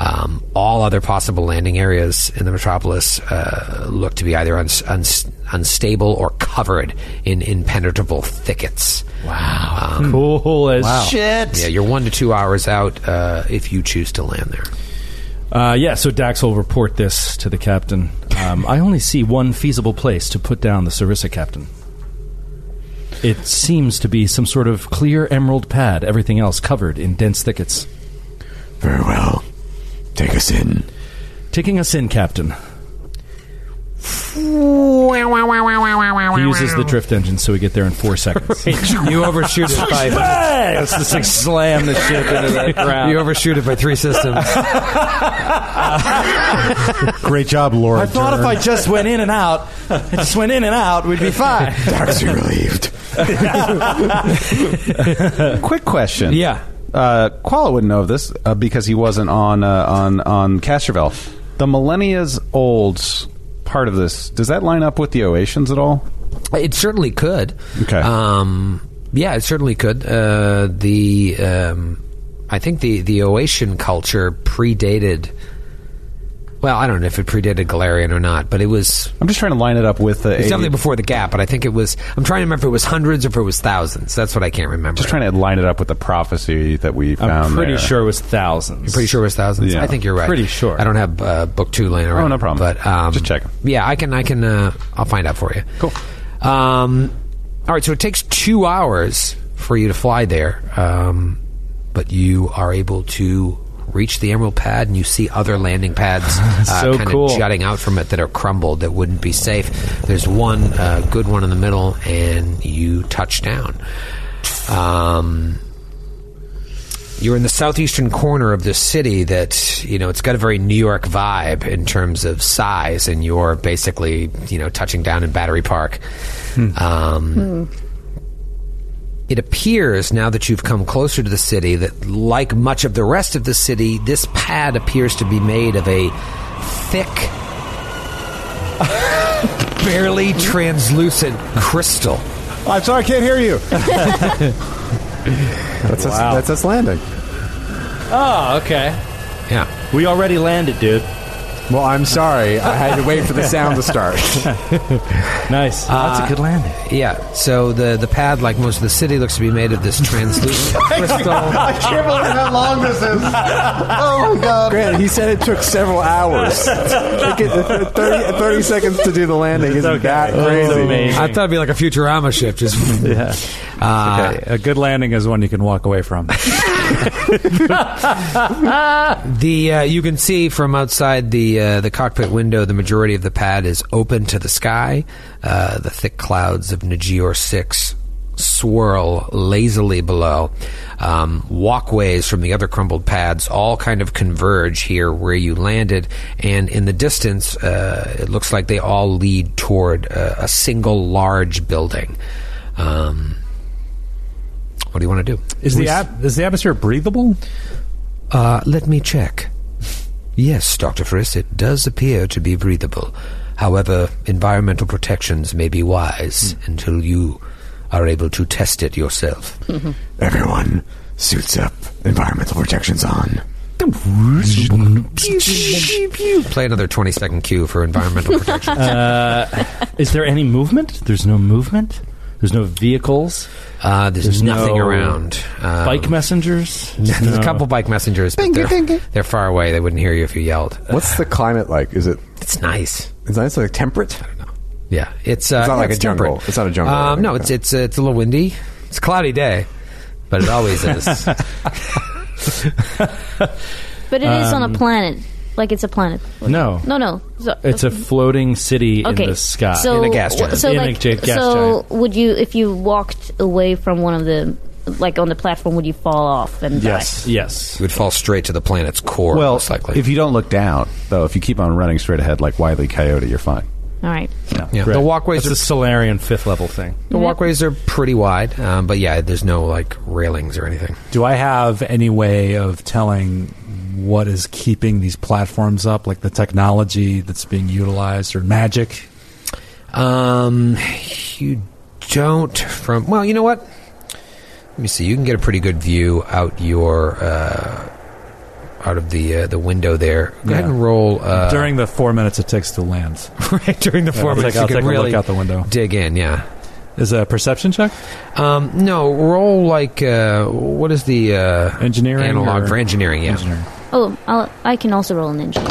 Um, all other possible landing areas in the metropolis uh, look to be either uns- uns- unstable or covered in impenetrable thickets. Wow.
Cool as shit.
Yeah, you're one to two hours out uh, if you choose to land there.
Uh, yeah, so Dax will report this to the captain. Um, I only see one feasible place to put down the Sarissa captain. It seems to be some sort of clear emerald pad, everything else covered in dense thickets.
Very well. Take us in.
Taking us in, Captain. He uses the drift engine so we get there in four seconds.
You overshoot it by
Bang! Let's just like slam the ship into that ground.
you overshoot it by three systems.
Great job, Laura.
I thought if I just went in and out, I just went in and out, we'd be fine.
Dax, you relieved.
Quick question.
Yeah.
Uh, Quala wouldn't know of this uh, because he wasn't on uh, on on Castrovel. The millennia's old part of this does that line up with the Oations at all?
It certainly could.
Okay.
Um, yeah, it certainly could. Uh, the um, I think the the Oasian culture predated. Well, I don't know if it predated Galarian or not, but it was
I'm just trying to line it up with the.
it was
80
definitely before the gap. But I think it was. I'm trying to remember if it was hundreds or if it was thousands. That's what I can't remember.
just trying to line it up with the prophecy that we found.
I'm pretty
there.
sure it was 1000s
Pretty sure it was thousands.
Yeah.
I think you're right.
Pretty sure.
I don't have uh, book two laying around.
no problem.
But um,
Just checking.
Yeah, I can. I can. Uh, I'll find out for you. Cool. Um, all right. So it takes two hours for you to fly there, um, but you are able to reach the Emerald Pad, and you see other landing pads uh,
So
kind
cool.
of jutting out from it that are crumbled that wouldn't be safe. There's one uh, good one in the middle, and you touch down. Um, you're in the southeastern corner of this city that you know it's got a very New York vibe in terms of size, and you're basically you know touching down in Battery Park. Um, It appears now that you've come closer to the city that, like much of the rest of the city, this pad appears to be made of a thick barely translucent crystal.
I'm sorry, I can't hear you.
That's, us, that's us landing.
Oh, okay.
Yeah.
We already landed, dude.
Well, I'm sorry. I had to wait for the sound to start.
Nice. That's a good landing.
Yeah. So the the pad, like most of the city, looks to be made of this translucent crystal.
can't believe how long this is. Oh my god.
Grant, he said it took several hours. It get- 30, 30 seconds to do the landing isn't that crazy.
amazing.
I thought it'd be like a Futurama ship. Just Uh,
Okay, a good landing is one you can walk away from.
the uh, you can see from outside the uh, the cockpit window, the majority of the pad is open to the sky. Uh, the thick clouds of Nagior Six swirl lazily below. Um, walkways from the other crumbled pads all kind of converge here where you landed, and in the distance, uh, it looks like they all lead toward uh, a single large building. Um, what do you want to do?
Is the ap- is the atmosphere breathable?
Uh, let me check. Yes, Dr. Friss, it does appear to be breathable. However, environmental protections may be wise
Hmm.
until you are able to test it yourself.
Everyone, suits up, environmental protections on.
Play another 20 second cue for environmental protection.
Is there any movement? There's no movement. There's no vehicles.
Uh, there's,
There's
nothing
no
around. Um,
Bike messengers.
There's a couple bike messengers, but they're, they're far away. They wouldn't hear you if you yelled.
What's the climate like? Is it?
It's nice.
Is it like temperate?
Yeah, it's uh,
It's not
yeah,
like a jungle.
temperate.
It's not a jungle, I
Um,
think,
no, it's
yeah.
it's uh, it's a little windy. It's a cloudy day, but it always is.
But it is
Um,
on a planet. Like it's a planet.
No.
No, no. So-
It's a floating city
okay.
in the sky.
So,
gas giant.
So,
In a
like,
ga- gas
so
giant.
would you if you walked away from one of the like on the platform would you fall off and
Yes. Yes.
You would fall straight to the planet's core,
Well,
most likely.
if you don't look down, though, if you keep on running straight ahead like Wiley Coyote, you're fine.
die? All right.
yeah.
Right.
The walkways
That's
are
the Solarian fifth level thing.
the walkways are pretty wide, um, but yeah, there's no like railings or anything.
Do I have any way of telling what is keeping these platforms up, like the technology that's being utilized or magic?
Um, you don't from well, you know what? Let me see. You can get a pretty good view out your uh, out of the uh, the window there. Go ahead
Yeah.
and roll uh,
During the four minutes it takes to land.
right, during the four
I'll
minutes.
take, I'll
you
take
can
a
really
look out the window.
dig in. Yeah.
Is that a perception check?
Um, no, roll like uh, what is the uh,
Engineering
analog
or-
for engineering? Yeah.
Engineering.
Oh, I'll, I can also roll an engineer.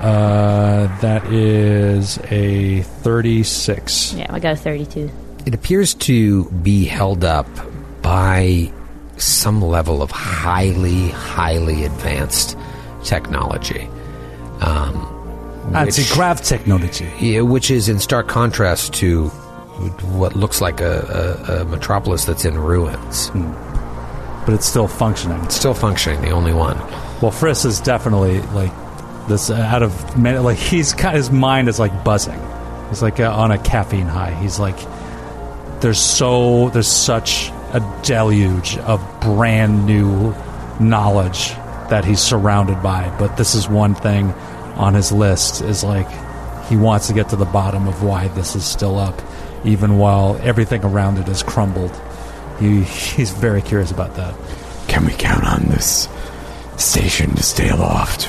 Uh, that is a 36.
Yeah, I got a 32.
It appears to be held up by some level of highly, highly advanced technology.
Anti grav technology.
Yeah, which is in stark contrast to what looks like a, a, a metropolis that's in ruins.
But it's still functioning.
It's still functioning, the only one.
Well, Friss is definitely like this uh, out of many- like he's got his mind is like buzzing. He's like uh, on a caffeine high. He's like there's so there's such a deluge of brand new knowledge that he's surrounded by, but this is one thing on his list is like he wants to get to the bottom of why this is still up even while everything around it has crumbled. He, he's very curious about that.
Can we count on this station to stay aloft?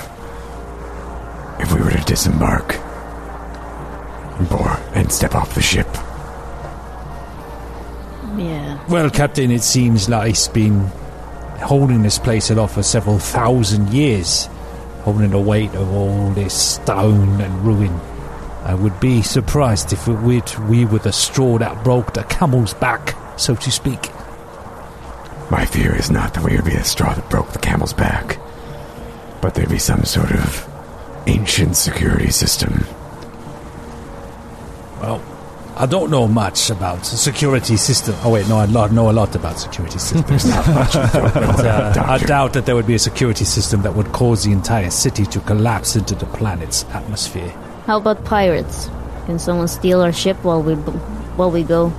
If we were to disembark or and step off the ship,
Yeah.
Well, Captain, it seems like it's been holding this place aloft for several thousand years, holding the weight of all this stone and ruin. I would be surprised if it were to- we were the straw that broke the camel's back, so to speak.
my fear is not that we would be the straw that broke the camel's back, but there'd be some sort of ancient security system.
Well, I don't know much about security system. Oh wait, no, I lo- know a lot about security systems. Not much, but uh, I
Doctor.
doubt that there would be a security system that would cause the entire city to collapse into the planet's atmosphere.
How about pirates? Can someone steal our ship while we b- while we go?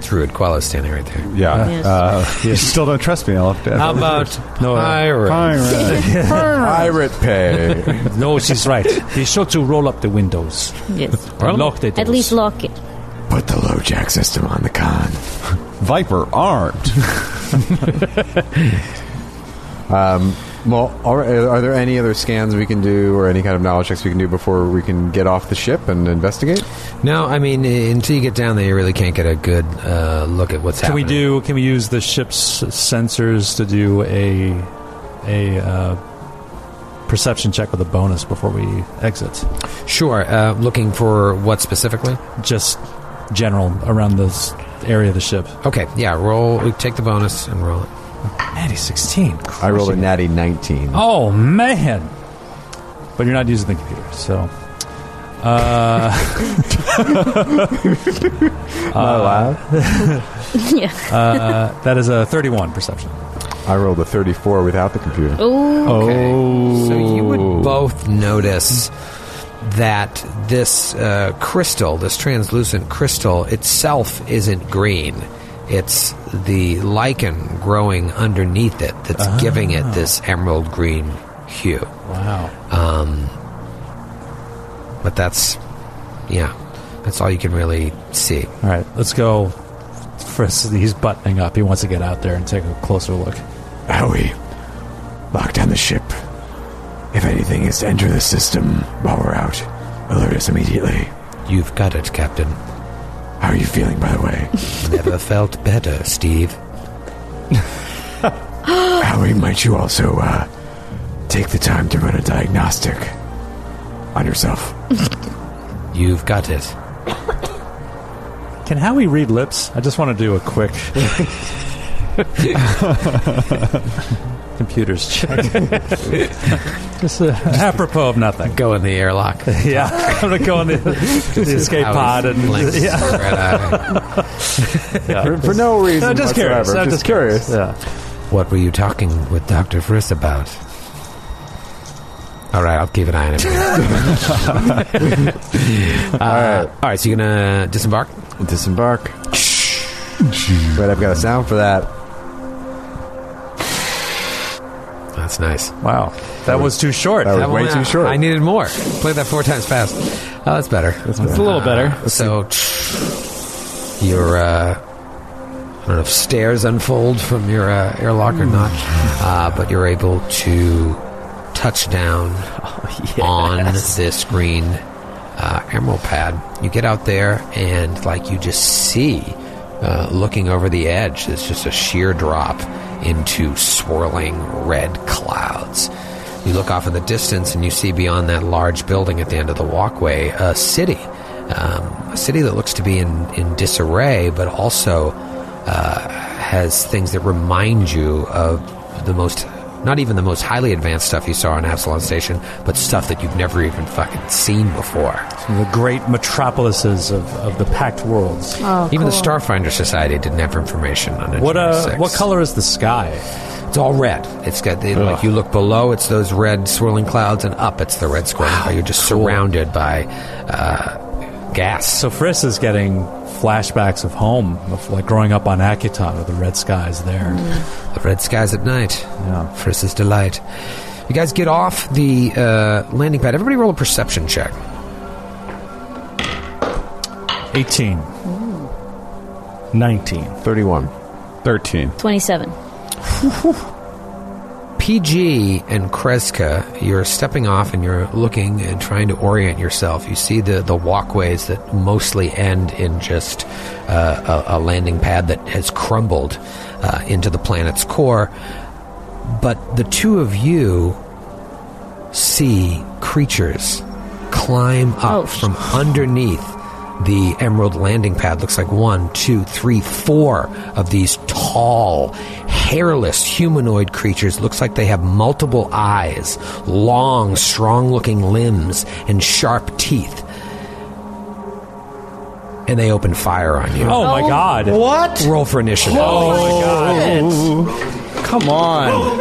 Druid Quella standing right there.
Yeah.
Yes.
Uh, you still don't trust me. I'll have to.
How about Pyro?
Pirate pay.
No, she's right. Be sure to roll up the windows.
Yes.
and lock the doors.
At least lock it.
Put the LoJack system on the con.
Viper armed.
well, all right, are there any other scans we can do or any kind of knowledge checks we can do before we can get off the ship and investigate?
No, I mean, eh, until you get down there, you really can't get a good uh, look at what's
Can we
happening.
do? Can we use the ship's sensors to do a a uh, perception check with a bonus before we exit?
do? Sure. Uh, looking for what specifically?
Just general around this area of the ship.
Okay, yeah, roll. We take the bonus and roll it.
Natty sixteen.
I rolled a natty 19.
Oh man! But you're not using the computer, so. Uh,
Not allowed.
yeah.
uh, that is a 31 perception.
I rolled a 34 without the computer.
Ooh.
Okay. So you would both notice that this uh, crystal, this translucent crystal itself isn't green. It's the lichen growing underneath it that's giving it this emerald green hue. Um,
Wow.
But that's, yeah, that's all you can really see.
All right, let's go. First, he's buttoning up. He wants to get out there and take a closer look.
Howie, lock down the ship. If anything is to enter the system while we're out, alert us immediately.
You've got it, Captain.
How are you feeling, by the way?
Never felt better, Steve.
Howie, might you also uh, take the time to run a diagnostic on yourself?
You've got it.
Can Howie read lips? I just want to do a quick. Computers checked. Just uh, apropos of nothing.
Go in the airlock.
Yeah, I'm gonna go on the, the escape
Hours,
pod and
blinks,
yeah.
red eye.
for, for no reason
No, just
whatsoever.
curious. I'm
just, curious.
Yeah.
What were you talking with Dr. Friss about? All right, I'll keep an eye on it. Uh, all, right. so you're going to disembark?
Disembark. Wait, I've got a sound for that.
That's nice.
Wow. That was too short.
That was
That
way
one,
too
uh,
short.
I needed more. Play that four times fast. Oh, that's better. That's
It's a little better.
So your uh, I don't know if stairs unfold from your uh, airlock or not, uh, but you're able to touch down on this green uh, emerald pad. You get out there and like you just see. Uh, looking over the edge, it's just a sheer drop into swirling red clouds. You look off in the distance and you see beyond that large building at the end of the walkway a city. Um, a city that looks to be in, in disarray, but also uh, has things that remind you of the most, not even the most highly advanced stuff you saw on Absalon Station, but stuff that you've never even fucking seen before.
The great metropolises of, of the packed worlds.
Oh,
even the
cool.
Starfinder Society didn't have information on it.
What uh, what color is the sky?
It's all red. It's got they, like you look below, it's those red swirling clouds, and up it's the red swirling. cloud. You're just surrounded by uh, gas.
So Friss is getting flashbacks of home, of like growing up on Akutan with the red skies there.
The red skies at night.
Yeah.
Friss's delight. You guys get off the uh, landing pad. Everybody roll a perception check.
18.
19.
31.
13.
27.
PG and Kreska, you're stepping off and you're looking and trying to orient yourself. You see the, the walkways that mostly end in just uh, a, a landing pad that has crumbled uh, into the planet's core. But the two of you see creatures climb up
Oh, sh-
from underneath the emerald landing pad. Looks like one, two, three, four of these tall, hairless humanoid creatures. Looks like they have multiple eyes, long, strong looking limbs, and sharp teeth. And they open fire on you.
Oh, my
Oh.
god. Oh,
What?
Roll for initiative.
Come on.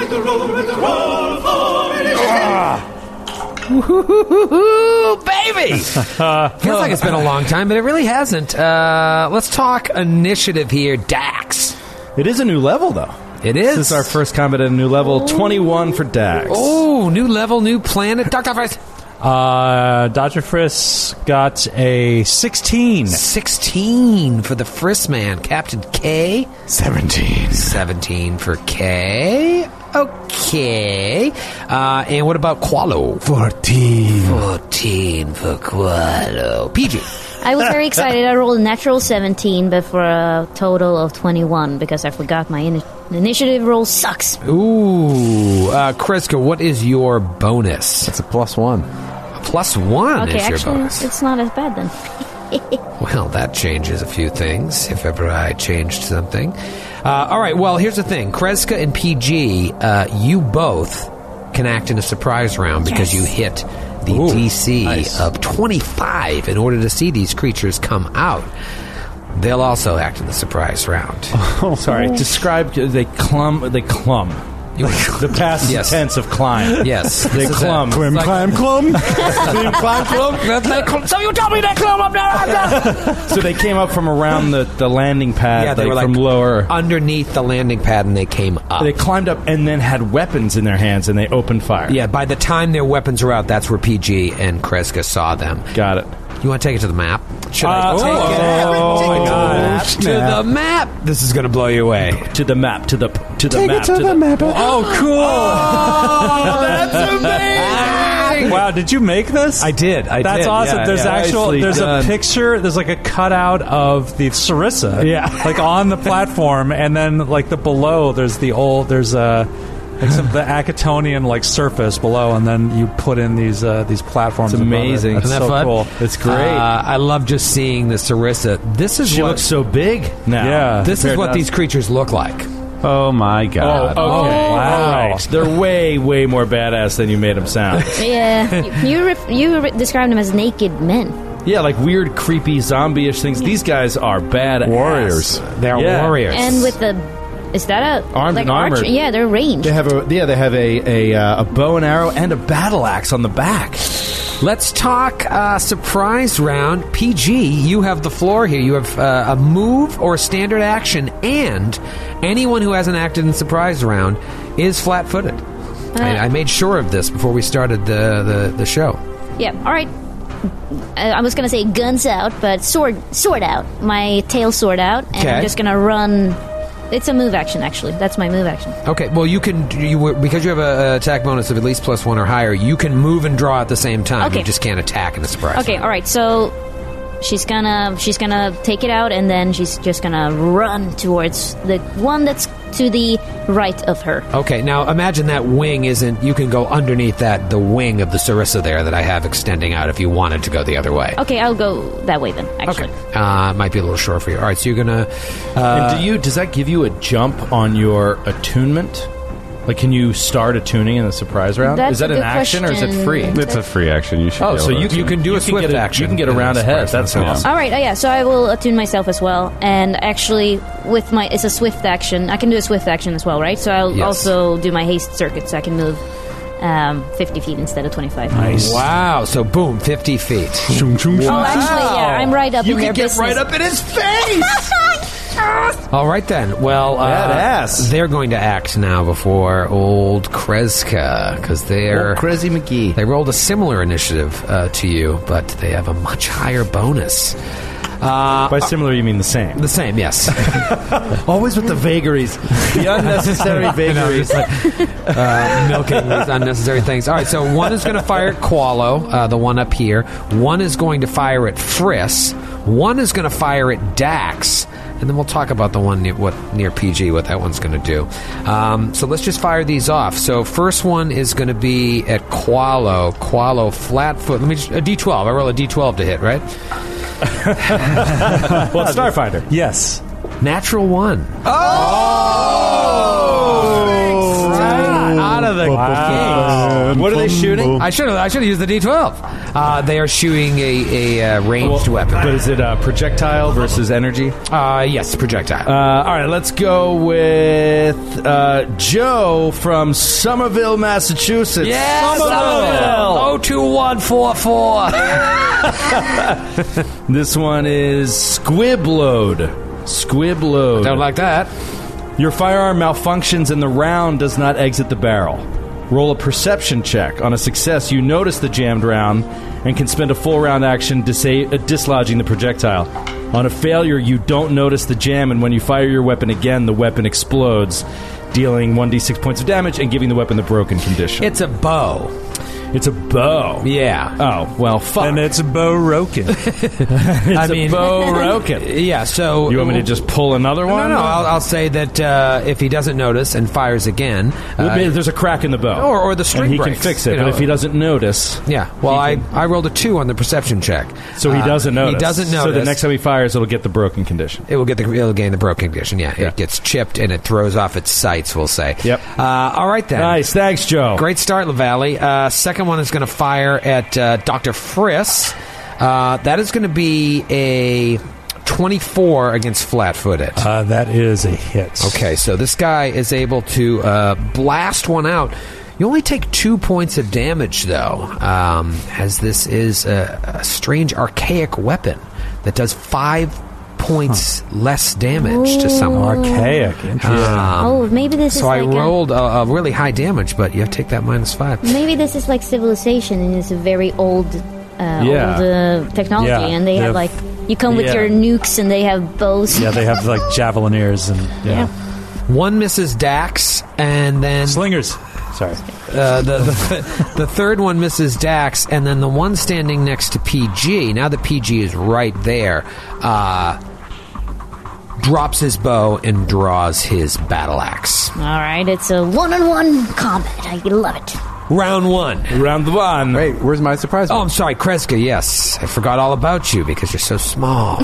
Ooh, baby! Feels like it's been a long time, but it really hasn't. Uh, let's talk initiative here, Dax.
It is a new level, though.
It is.
This is our first combat at a new level. 21 for Dax.
Oh, new level, new planet. Dr. Vice.
Uh, Dr. Friss got a 16.
16 for the Friss Man. Captain K.
17.
17 for K. Okay. Uh, and what about Qualo?
14.
14 for Qualo. PG.
I was very excited. I rolled a natural 17, but for a total of 21 because I forgot my ini initiative roll sucks.
Ooh. Uh, Kreska, what is your bonus?
It's a plus one.
Plus one
Okay,
is your
actually,
bonus.
it's not as bad then.
Well, that changes a few things, if ever I changed something. Uh, all right, well, here's the thing Kreska and PG, uh, you both can act in a surprise round because you hit the DC of 25 in order to see these creatures come out. They'll also act in the surprise round.
Sorry. Describe. They clumb. They clumb. the past
Yes.
tense of climb.
yes.
They
this is it.
clumb.
Clim, climb, clumb.
So you told me they clumb up there.
So they came up from around the, the landing pad.
Yeah, they
like,
were like "Ah."
from lower.
underneath the landing pad and they came up.
They climbed up and then had weapons in their hands and they opened fire.
yeah, by the time their weapons were out, that's where PG and Kreska saw them.
Got it.
You want to take it to the map? Should I
Uh,
take
oh,
it
oh
Take
my
it to the map?
God.
to the map? This is going to blow you away.
To the map. To the to the
Take
map.
it to the map.
Oh, cool.
Oh,
wow, did you make this?
I did. I
That's
did.
awesome.
Yeah,
there's
yeah.
actual.
Nicely
There's
done.
a picture. There's like a cutout of the Sarissa.
Yeah.
like on the platform, and then like the below. There's the old. There's a. Like some, the Acatonian like surface below, and then you put in these uh, these platforms.
It's
above it.
amazing.
That's
Isn't
Isn't
so
that fun?
cool.
It's great.
Uh, I love just seeing the Sarissa. This is
She
what
looks uh, so big now.
Yeah.
this is
Compared
what
to
these creatures look like.
us.
Oh my god.
All
Wow.
Oh, right. They're way, way more badass than you made them sound.
Yeah, you you, re- you re- described them as naked men,
yeah, like weird, creepy, zombie-ish things. These guys are badass.
Warriors.
They are
Yeah.
warriors.
and with the is that a
Armed
like
and armored.
archer- Yeah, they're ranged.
They have a yeah. They have a a, uh, a bow and arrow and a battle axe on the back.
Let's talk uh, surprise round. PG, you have the floor here. You have uh, a move or a standard action, and anyone who hasn't acted in surprise round is flat footed.
Uh.
I, I made sure of this before we started the, the, the show.
Yeah. All right. Uh, I I was gonna say guns out, but sword sword out. My tail sword out, and
Okay.
I'm just gonna run. It's a move action, actually. That's my move action.
Okay, well, you can, you because you have a a attack bonus of at least plus one or higher, you can move and draw at the same time.
Okay.
You just can't attack in a surprise
Okay.
round.
All right. So she's gonna she's gonna take it out, and then she's just gonna run towards the one that's to the right of her.
Okay, now imagine that wing isn't. You can go underneath that, the wing of the Sarissa there that I have extending out if you wanted to go the other way.
Okay, I'll go that way then. Actually.
Uh, it might be a little short for you. All right, so you're gonna. Uh,
and do you does that give you a jump on your attunement? Like, can you start attuning in the surprise round?
That's
is that
a
an
good
action or is
question.
it free?
It's a free action. You should.
Oh,
be
so
able
you
to-
can,
can do a
you
swift
get
action
You can get
in
around
a
ahead.
surprise
That's
round.
awesome.
All right. Oh yeah. So I will attune myself as well, and actually with my it's a swift action. I can do a swift action as well, right? So I'll
Yes.
also do my haste circuit, so I can move um, 50 feet instead of 25.
wow! So boom, fifty feet.
Oh, actually, yeah, I'm right up
You
in
can
their
get
business.
right up in his face.
All right then. Well, uh,
Badass.
They're going to act now before old Kreska because they're
Crazy McGee.
They rolled a similar initiative uh, to you, but they have a much higher bonus.
By similar, you mean the same.
The same, yes.
uh, Always with the vagaries, the unnecessary vagaries.
uh, milking these unnecessary things. All right, so one is going to fire at Qualo, uh, the one up here. One is going to fire at Friss. One is going to fire at Dax. And then we'll talk about the one near, what, near PG, what that one's going to do. Um, so let's just fire these off. So first one is going to be at Qualo. Qualo flatfoot. Let me just, a D12. I roll a D12 to hit, right?
well, it's Starfinder.
Yes.
Natural one. Oh! Right out of the
Uh,
gate.
Oh. What are they shooting?
I should have. I should have used the D12. Uh, they are shooting a, a uh, ranged
But
weapon.
is it uh, projectile versus energy?
Uh, yes, projectile.
Uh, all right, let's go with uh, Joe from Somerville, Massachusetts.
yes, Somerville. Oh, 02144.
This one is Squibload. Squibload.
Don't like that.
Your firearm malfunctions and the round does not exit the barrel. Roll a perception check. On a success, you notice the jammed round and can spend a full round action disa- uh, dislodging the projectile. On a failure, you don't notice the jam, and when you fire your weapon again, the weapon explodes, dealing 1d6 points of damage and giving the weapon the broken condition.
It's a bow.
it's a bow.
Yeah.
Oh, well, fuck.
And it's Bo Roken.
it's
I
a
mean-
bow roken.
Yeah. So
You want me to just pull another
No,
one?
no. I'll, I'll say that uh, if he doesn't notice and fires again, uh,
There's a crack in the bow.
Or- or the string
And he
breaks,
can fix it,
you
but
know.
if he doesn't notice...
yeah. Well, I, I rolled a two on the perception check,
So he
Uh,
doesn't notice.
He doesn't
So
notice.
the next time he fires, it'll get the broken condition.
It will get the it'll gain the broken condition. Yeah,
Yeah.
it gets chipped and it throws off its sights. We'll say.
Yep.
Uh, all right then.
Nice, thanks, Joe.
Great start, Lavalley. Uh, second one is going to fire at uh, Doctor Friss. Uh, that is going to be a twenty-four against flat-footed.
uh, that is a hit.
okay, so this guy is able to uh, blast one out. You only take two points of damage though, um, as this is a, a strange archaic weapon that does five points less damage to someone.
Archaic. Interesting.
Uh,
oh, maybe this
So I
is like a,
rolled a, a really high damage, but you have to take that minus five.
maybe this is like civilization, and it's a very old, uh,
Yeah.
old uh, technology,
Yeah,
and they
they
have
have-
like you come with
yeah.
your nukes, and they have bows.
yeah, they have like javelineers and yeah.
One misses Dax, and then
slingers. Sorry.
uh, the, the the third one misses Dax, and then the one standing next to PG. Now that PG is right there, uh, drops his bow and draws his battle axe.
All right, it's a one-on-one combat. I love it.
Round one.
Round one.
Wait, where's my surprise?
Oh,
round?
I'm sorry, Kreska. Yes, I forgot all about you because you're so small.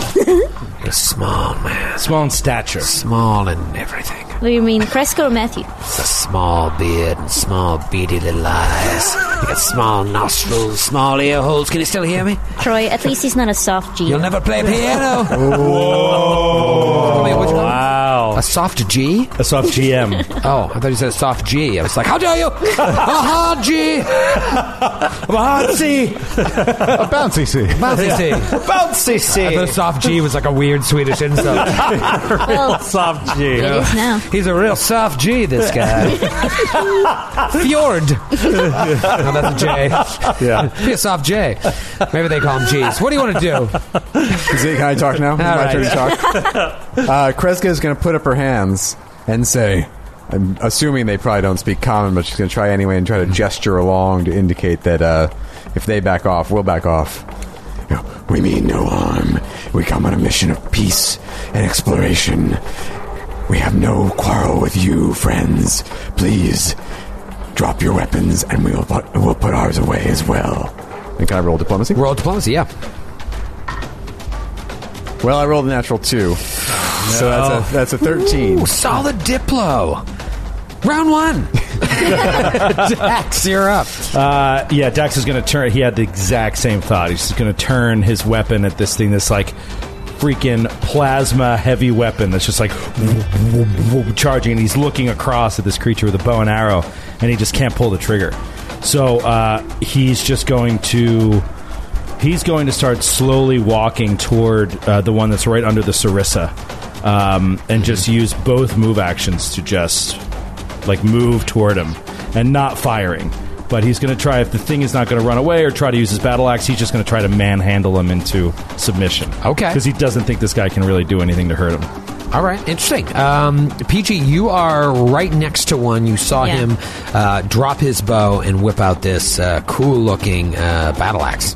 you're small, man.
Small in stature.
Small and everything.
do you mean, Fresco or Matthew?
It's a small beard and small beady little eyes. You got small nostrils, small ear holes. Can you still hear me?
Troy, at least he's not a soft G.
You'll never play piano. Wait, which one?
Wow.
A soft G?
A soft GM.
Oh, I thought you said a soft G. I was like, how dare you? A hard G. A hard C.
A bouncy C.
Bouncy C. Bouncy C. I thought soft G was like a weird Swedish insult.
Well,
Oh,
Soft G.
it is now.
He's a real soft G, this guy. Fjord. no, that's a J. Yeah. Be a soft J. Maybe they call him G's. What do you want to do?
Is it, can I talk now? Is it
All
my
right.
turn to talk. Uh, Kreska is going to put up her hands and say, I'm assuming they probably don't speak common, but she's going to try anyway and try to gesture along to indicate that uh, if they back off, we'll back off.
We mean no harm. We come on a mission of peace and exploration. We have no quarrel with you, friends. Please drop your weapons, and we will put, we'll put ours away as well.
And can I roll diplomacy?
World diplomacy, yeah.
Well, I rolled a natural two. So that's a, that's a 13.
Ooh, solid Diplo. Round one. Dax, you're up.
Uh, yeah, Dax is going to turn. He had the exact same thought. He's just going to turn his weapon at this thing that's like freaking plasma heavy weapon that's just like charging. And he's looking across at this creature with a bow and arrow, and he just can't pull the trigger. So uh, he's just going to. He's going to start slowly walking toward uh, the one that's right under the Sarissa, um, and just use both move actions to just like move toward him and not firing. But he's going to try if the thing is not going to run away or try to use his battle axe. He's just going to try to manhandle him into submission.
Okay.
because he doesn't think this guy can really do anything to hurt him.
All right, interesting. Um, Peachy, you are right next to one. You saw
Yeah.
him uh, drop his bow and whip out this uh, cool looking uh, battle axe.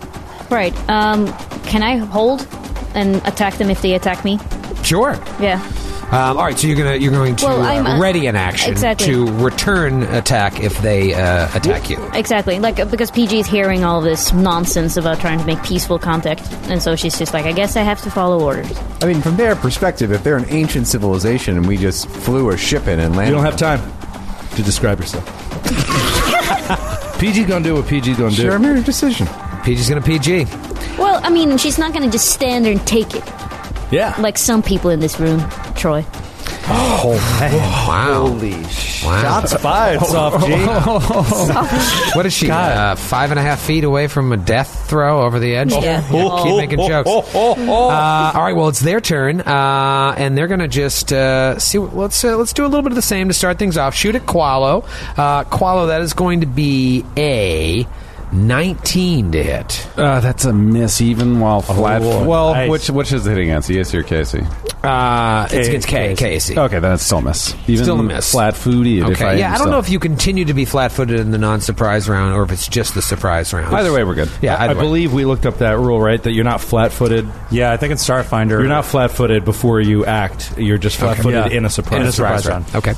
Right. Um, can I hold and attack them if they attack me?
Sure.
Yeah.
Um, all right, so you're gonna you're going to
Well, I'm,
uh,
uh,
ready an action
exactly.
to return attack if they uh, attack you.
Exactly, like uh, because PG is hearing all this nonsense about trying to make peaceful contact, and so she's just like, "I guess I have to follow orders."
I mean, from their perspective, if they're an ancient civilization and we just flew a ship in and landed.
You don't have time to describe yourself. PG gonna do what PG gonna do.
Sure, I made a decision.
PG's gonna PG.
Well, I mean, she's not going to just stand there and take it
Yeah,
like some people in this room, Troy.
Wow. Holy wow.
fired, soft G.
What is she? Uh, five and a half feet away from a death throw over the edge.
Yeah.
Keep making jokes. Uh, all right. Well, it's their turn, uh, and they're gonna just uh, see. what- Let's uh, let's do a little bit of the same to start things off. Shoot at Qualo. Uh, Qualo, that is going to be a nineteen to hit.
Uh, that's a miss, even while flat.
Well,
Nice.
which which is the hit against?
E
ESC or KC?
Uh, it's against K, Casey.
Okay, then it's still a miss. Even
Still a miss.
Flat foodie. if
Okay.
I
yeah, I don't know if you continue to be flat-footed in the non-surprise round, or if it's just the surprise round.
Either way, we're good.
Yeah,
I
either way.
believe we looked up that rule, right? That you're not flat-footed.
Yeah, I think it's Starfinder.
You're not flat-footed before you act. You're just flat-footed
Yeah.
in a surprise.
In a surprise round.
Okay.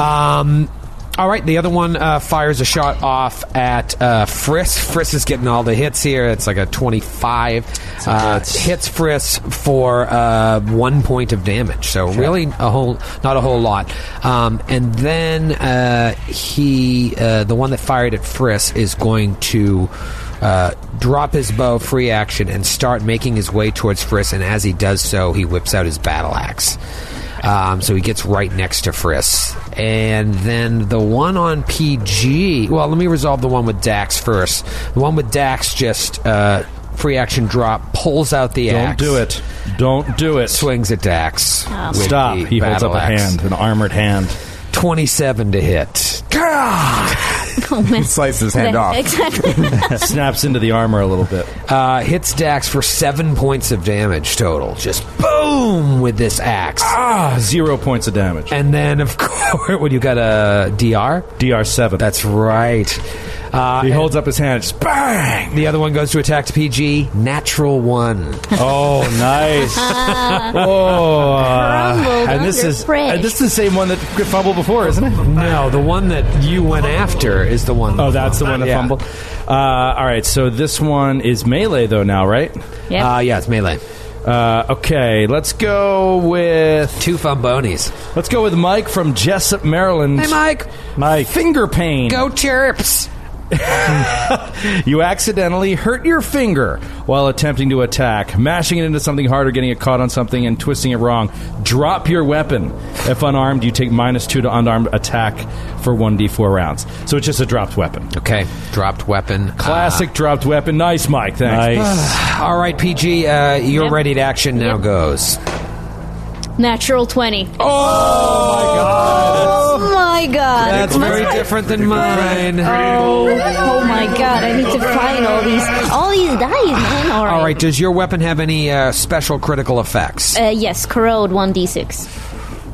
Um, all right, the other one uh, fires a shot off at uh, Friss. Friss is getting all the hits here. It's like a 25. Uh, hits Friss for uh, one point of damage. So really, a whole not a whole lot. Um, and then uh, he, uh, the one that fired at Friss, is going to. Uh, drop his bow, free action, and start making his way towards Friss. And as he does so, he whips out his battle axe. Um, so he gets right next to Friss. And then the one on PG. Well, let me resolve the one with Dax first. The one with Dax just uh, free action drop, pulls out the
Don't
axe.
do it. Don't do it.
Swings at Dax. with
Stop.
the
He holds up
battle
a
axe.
hand, an armored hand.
27 to hit.
Oh man,
Slice his hand
uh,
off.
Exactly.
snaps into the armor a little bit.
Uh, hits Dax for seven points of damage total. Just boom with this axe.
Ah, zero points of damage.
And then, of course, when you got a DR?
DR seven.
That's right. Uh,
he
and-
holds up his hand. Just bang.
The other one goes to attack to PG. Natural one.
Oh, nice. oh,
Crumbled
and this
under
is
fresh.
and this is the same one that Griff fumbled before, isn't it?
No, the one that you went after is the one.
Oh, that's the one that
Yeah.
fumbled. Uh, all right, so this one is melee though now, right?
Yeah.
Uh, yeah, it's melee.
Uh, okay, let's go with
Two Fombonis.
let's go with Mike from Jessup, Maryland.
Hey, Mike.
Mike, finger pain.
Go chirps.
You accidentally hurt your finger while attempting to attack, mashing it into something hard or getting it caught on something and twisting it wrong. Drop your weapon. If unarmed, you take minus two to unarmed attack for 1d4 rounds. So it's just a dropped weapon.
Okay, dropped weapon.
Classic dropped weapon. Nice, Mike. Thanks.
Uh, all right, PG, uh, you're
Yep.
ready to action. Now
Yep.
goes.
Natural 20. Oh, my God.
That's
My-
very different than mine.
Oh, my God. I need to find all these, all these dice, man. All right.
All right, does your weapon have any uh, special critical effects?
Uh, yes, corrode 1d6.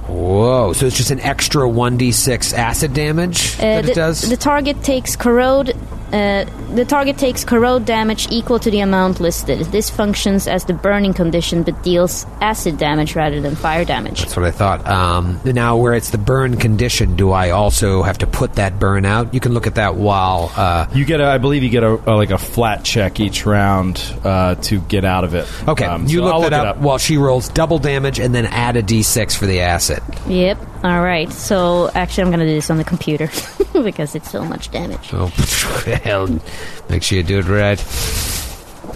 Whoa, so it's just an extra 1d6 acid damage
Uh,
that
the,
it does?
the target takes corrode. Uh, the target takes corrode damage equal to the amount listed. This functions as the burning condition, but deals acid damage rather than fire damage.
That's what I thought. Um, now, where it's the burn condition, do I also have to put that burn out? You can look at that while. Uh,
You get, a, I believe, you get a, a- like a flat check each round uh, to get out of it.
okay,
Um,
you
so
look
I'll
that
look it
up, while she rolls double damage and then add a d6 for the acid.
Yep. All right. So actually, I'm gonna do this on the computer because it's so much damage.
Oh, hell. Make sure you do it right.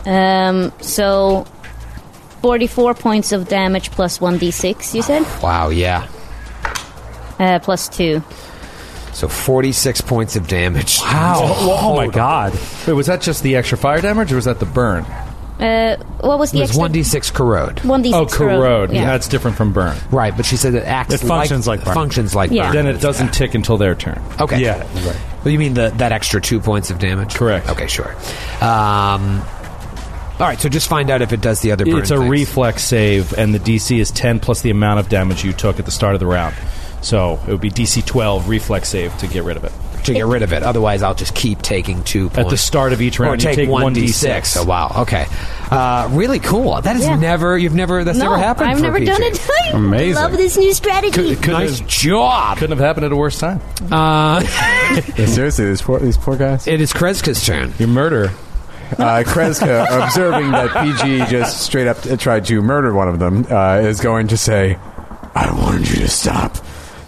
Um. So, 44 points of damage plus 1d6. You said
Wow, yeah.
uh, plus two.
So 46 points of damage.
Oh, my god.
Wait, was that just the extra fire damage or was that the burn?
Uh, what was the
It was
extra?
1d6 corrode.
1d6
Oh, corrode.
Yeah.
That's different from burn.
Right, but she said it acts
It functions like burn.
functions like
Yeah.
burn.
Then it doesn't tick until their turn.
Okay.
Yeah, right.
Well, you mean the, that extra two points of damage?
Correct.
Okay, sure. Um, all right, so just find out if it does the other burn
It's a
things.
reflex save, and the DC is 10 plus the amount of damage you took at the start of the round. So it would be DC 12 reflex save to get rid of it.
to get rid of it. Otherwise, I'll just keep taking two points.
At the start of each
or
round, you
take
take
one
1d6.
Oh, wow. Okay. Uh, really cool. That is
Yeah.
never, you've never, that's
No,
never happened
I've
for
never
PG.
done it. I
Amazing.
Love this new strategy.
Nice job.
Couldn't have happened at a worse time.
Yeah, seriously, these poor, these poor guys.
It is Kreska's turn.
Your murder.
Uh, Kreska, observing that PG just straight up tried to murder one of them, uh, is going to say,
I warned you to stop.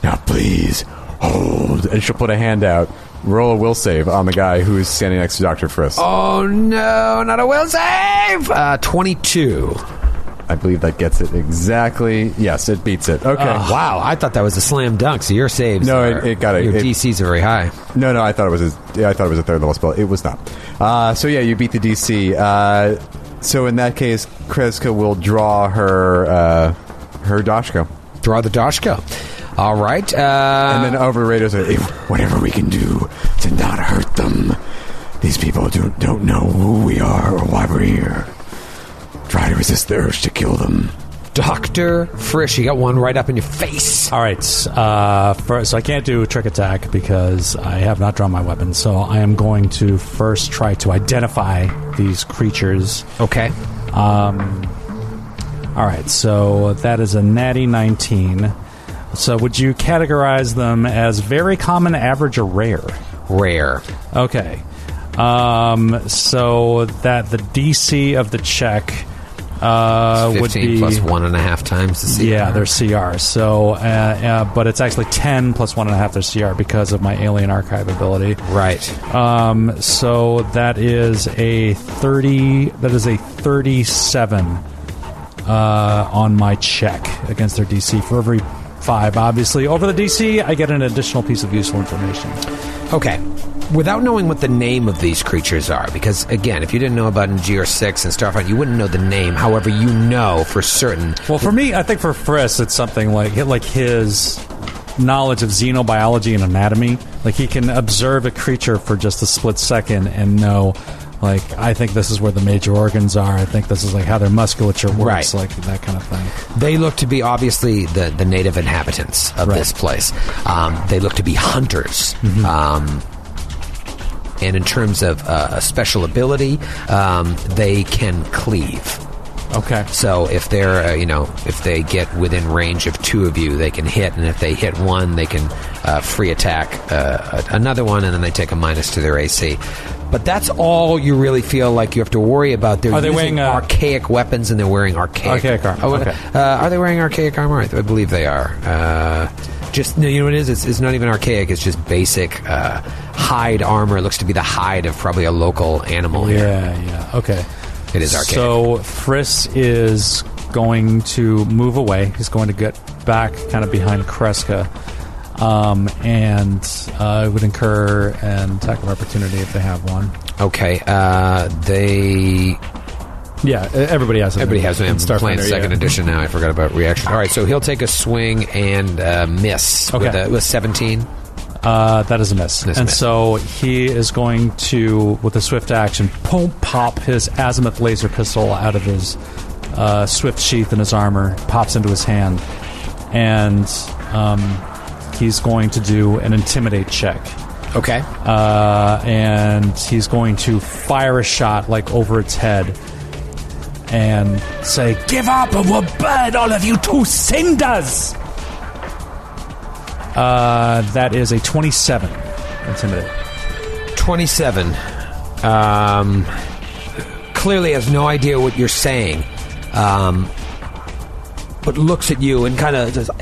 Now, please.
"Hold," and she'll put a hand out. Roll a will save on the guy who is standing next to Doctor Frisk.
Oh, no, not a will save. Uh, 22.
I believe that gets it exactly. Yes, it beats it. Okay.
Wow, I thought that was a slam dunk. So your saves.
No,
are-
it- it got it.
Your
It-
DCs are very high.
No, no, I thought it was a, yeah, I thought it was a third level spell. It was not. Uh, so yeah, you beat the DC. Uh, so in that case, Kreska will draw her uh, her Dashko,
Draw the Doshko. All right. Uh,
and then over the radio say,
Whatever we can do to not hurt them. These people don't, don't know who we are or why we're here. Try to resist the urge to kill them.
Dr. Frisch, you got one right up in your face.
All right. Uh, first, so I can't do trick attack because I have not drawn my weapon. So I am going to first try to identify these creatures.
Okay.
All right. So that is a natty 19. So would you categorize them as very common, average, or rare?
Rare.
Okay. Um, so that the DC of the check uh, would
15
be
plus one and a half times the CR.
Yeah, their CR. So, uh, uh, but it's actually ten plus one and a half their CR because of my alien archive ability.
Right.
Um, so that is a thirty. That is a thirty-seven uh, on my check against their DC for every five. Obviously, over the DC, I get an additional piece of useful information.
Okay. Without knowing what the name of these creatures are, because again, if you didn't know about in GR6 and Starfight, you wouldn't know the name. However, you know for certain.
Well, for me, I think for Friss, it's something like like his knowledge of xenobiology and anatomy. Like he can observe a creature for just a split second and know. Like I think this is where the major organs are. I think this is like how their musculature
Right.
works, like that kind of thing.
They look to be obviously the, the native inhabitants of
Right.
this place. Um, they look to be hunters. Um, and in terms of uh, a special ability, um, they can cleave.
Okay,
So if they're, uh, you know, if they get within range of two of you, they can hit, and if they hit one, they can uh, free attack uh, another one, and then they take a minus to their AC. But that's all you really feel like you have to worry about. They're
Are they
using
wearing, uh,
archaic weapons and they're wearing archaic
Archaic armor,
Oh,
okay.
uh, are they wearing archaic armor? I, th- I believe they are. Uh, just no, you know what it is? It's, it's not even archaic. It's just basic uh, hide armor. It looks to be the hide of probably a local animal. here.
Yeah, yeah. Okay.
It is arcane.
So Friss is going to move away. He's going to get back kind of behind Kreska. Um, and uh, it would incur an attack of opportunity if they have one.
Okay. Uh, they
Yeah, e- everybody has it.
Everybody has
In
him playing
Starfinder,
second
yeah.
edition now. I forgot about reaction. All right, so he'll take a swing and uh, miss
Okay.
with, a, with 17.
Uh, that is a miss.
That's a
and
miss.
so he is going to, with a swift action, pom- pop his azimuth laser pistol out of his uh, swift sheath in his armor, pops into his hand, and um, he's going to do an intimidate check.
Okay.
Uh, and he's going to fire a shot like over its head and say, Give up or we'll burn all of you to cinders! Uh, that is a 27. Intimidate.
27. Um, clearly has no idea what you're saying, um, but looks at you and kind of says, to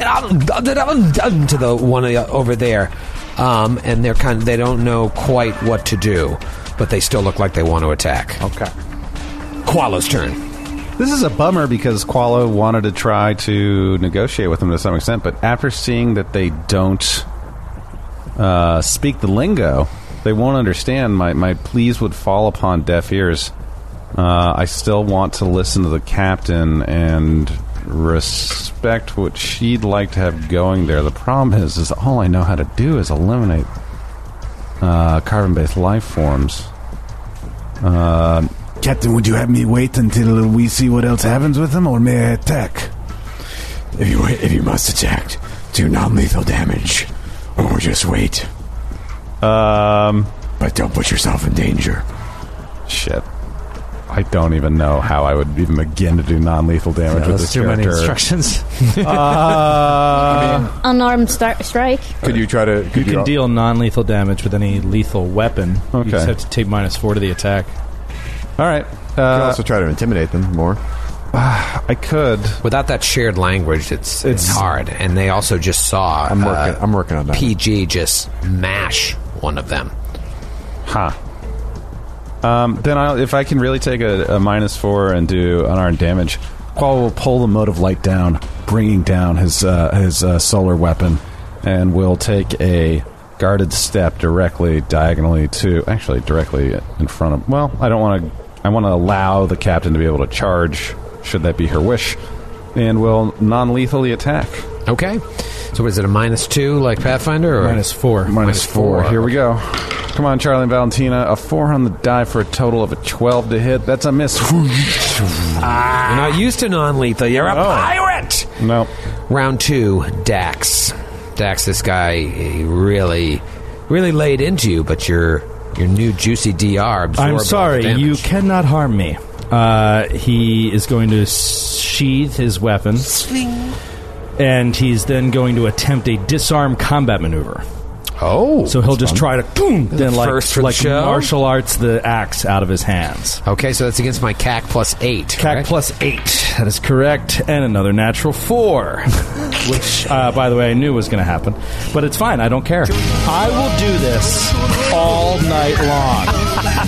the one over there. Um, and they're kind of, they don't know quite what to do, but they still look like they want to attack.
Okay.
Qualo's turn.
This is a bummer because Qualo wanted to try to negotiate with them to some extent, but after seeing that they don't uh, speak the lingo, they won't understand. My, my pleas would fall upon deaf ears. Uh, I still want to listen to the captain and respect what she'd like to have going there. The problem is, is all I know how to do is eliminate uh, carbon-based life forms.
Captain, would you have me wait until we see what else happens with them, or may I attack?
If you if you must attack, do non-lethal damage, or just wait.
Um,
But don't put yourself in danger.
Shit. I don't even know how I would even begin to do non-lethal damage with this
That's too
character.
many instructions.
Uh,
Unarmed star- strike.
Could you try to? Could
You can deal non-lethal damage with any lethal weapon.
Okay.
You just have to take minus four to the attack.
all right.
You can
Uh,
also try to intimidate them more.
I could.
without that shared language, it's it's,
It's-
hard. And they also just saw
I'm
uh,
working. I'm working on that.
PG just mash one of them.
Huh. Um, then I'll, if I can really take a, a minus four and do unarmed damage,
Qual will pull the mode of light down, bringing down his uh, his uh, solar weapon.
and we'll take a guarded step directly diagonally to actually directly in front of well i don't want to i want to allow the captain to be able to charge should that be her wish and will non-lethally attack
Okay, so is it a minus two like Pathfinder or
Minus four.
Minus four. Here we go. Come on, Charlie and Valentina. A four on the die for a total of a 12 to hit. That's a miss.
Ah. You're not used to non-lethal. You're a pirate.
no.
Round two, Dax. Dax, this guy he really, really laid into you, but your your new juicy dr. absorbed all
I'm
the
sorry,
damage.
you cannot harm me. Uh, he is going to sheath his weapon, and he's then going to attempt a disarm combat maneuver.
Oh,
So he'll just try to boom, then like
First for the
like
show?
martial arts the axe out of his hands.
okay. So that's against my CAC plus eight.
CAC
correct?
plus eight. That is correct. And another natural four. Which, uh, by the way, I knew was going to happen. But it's fine. I don't care. I will do this all night long.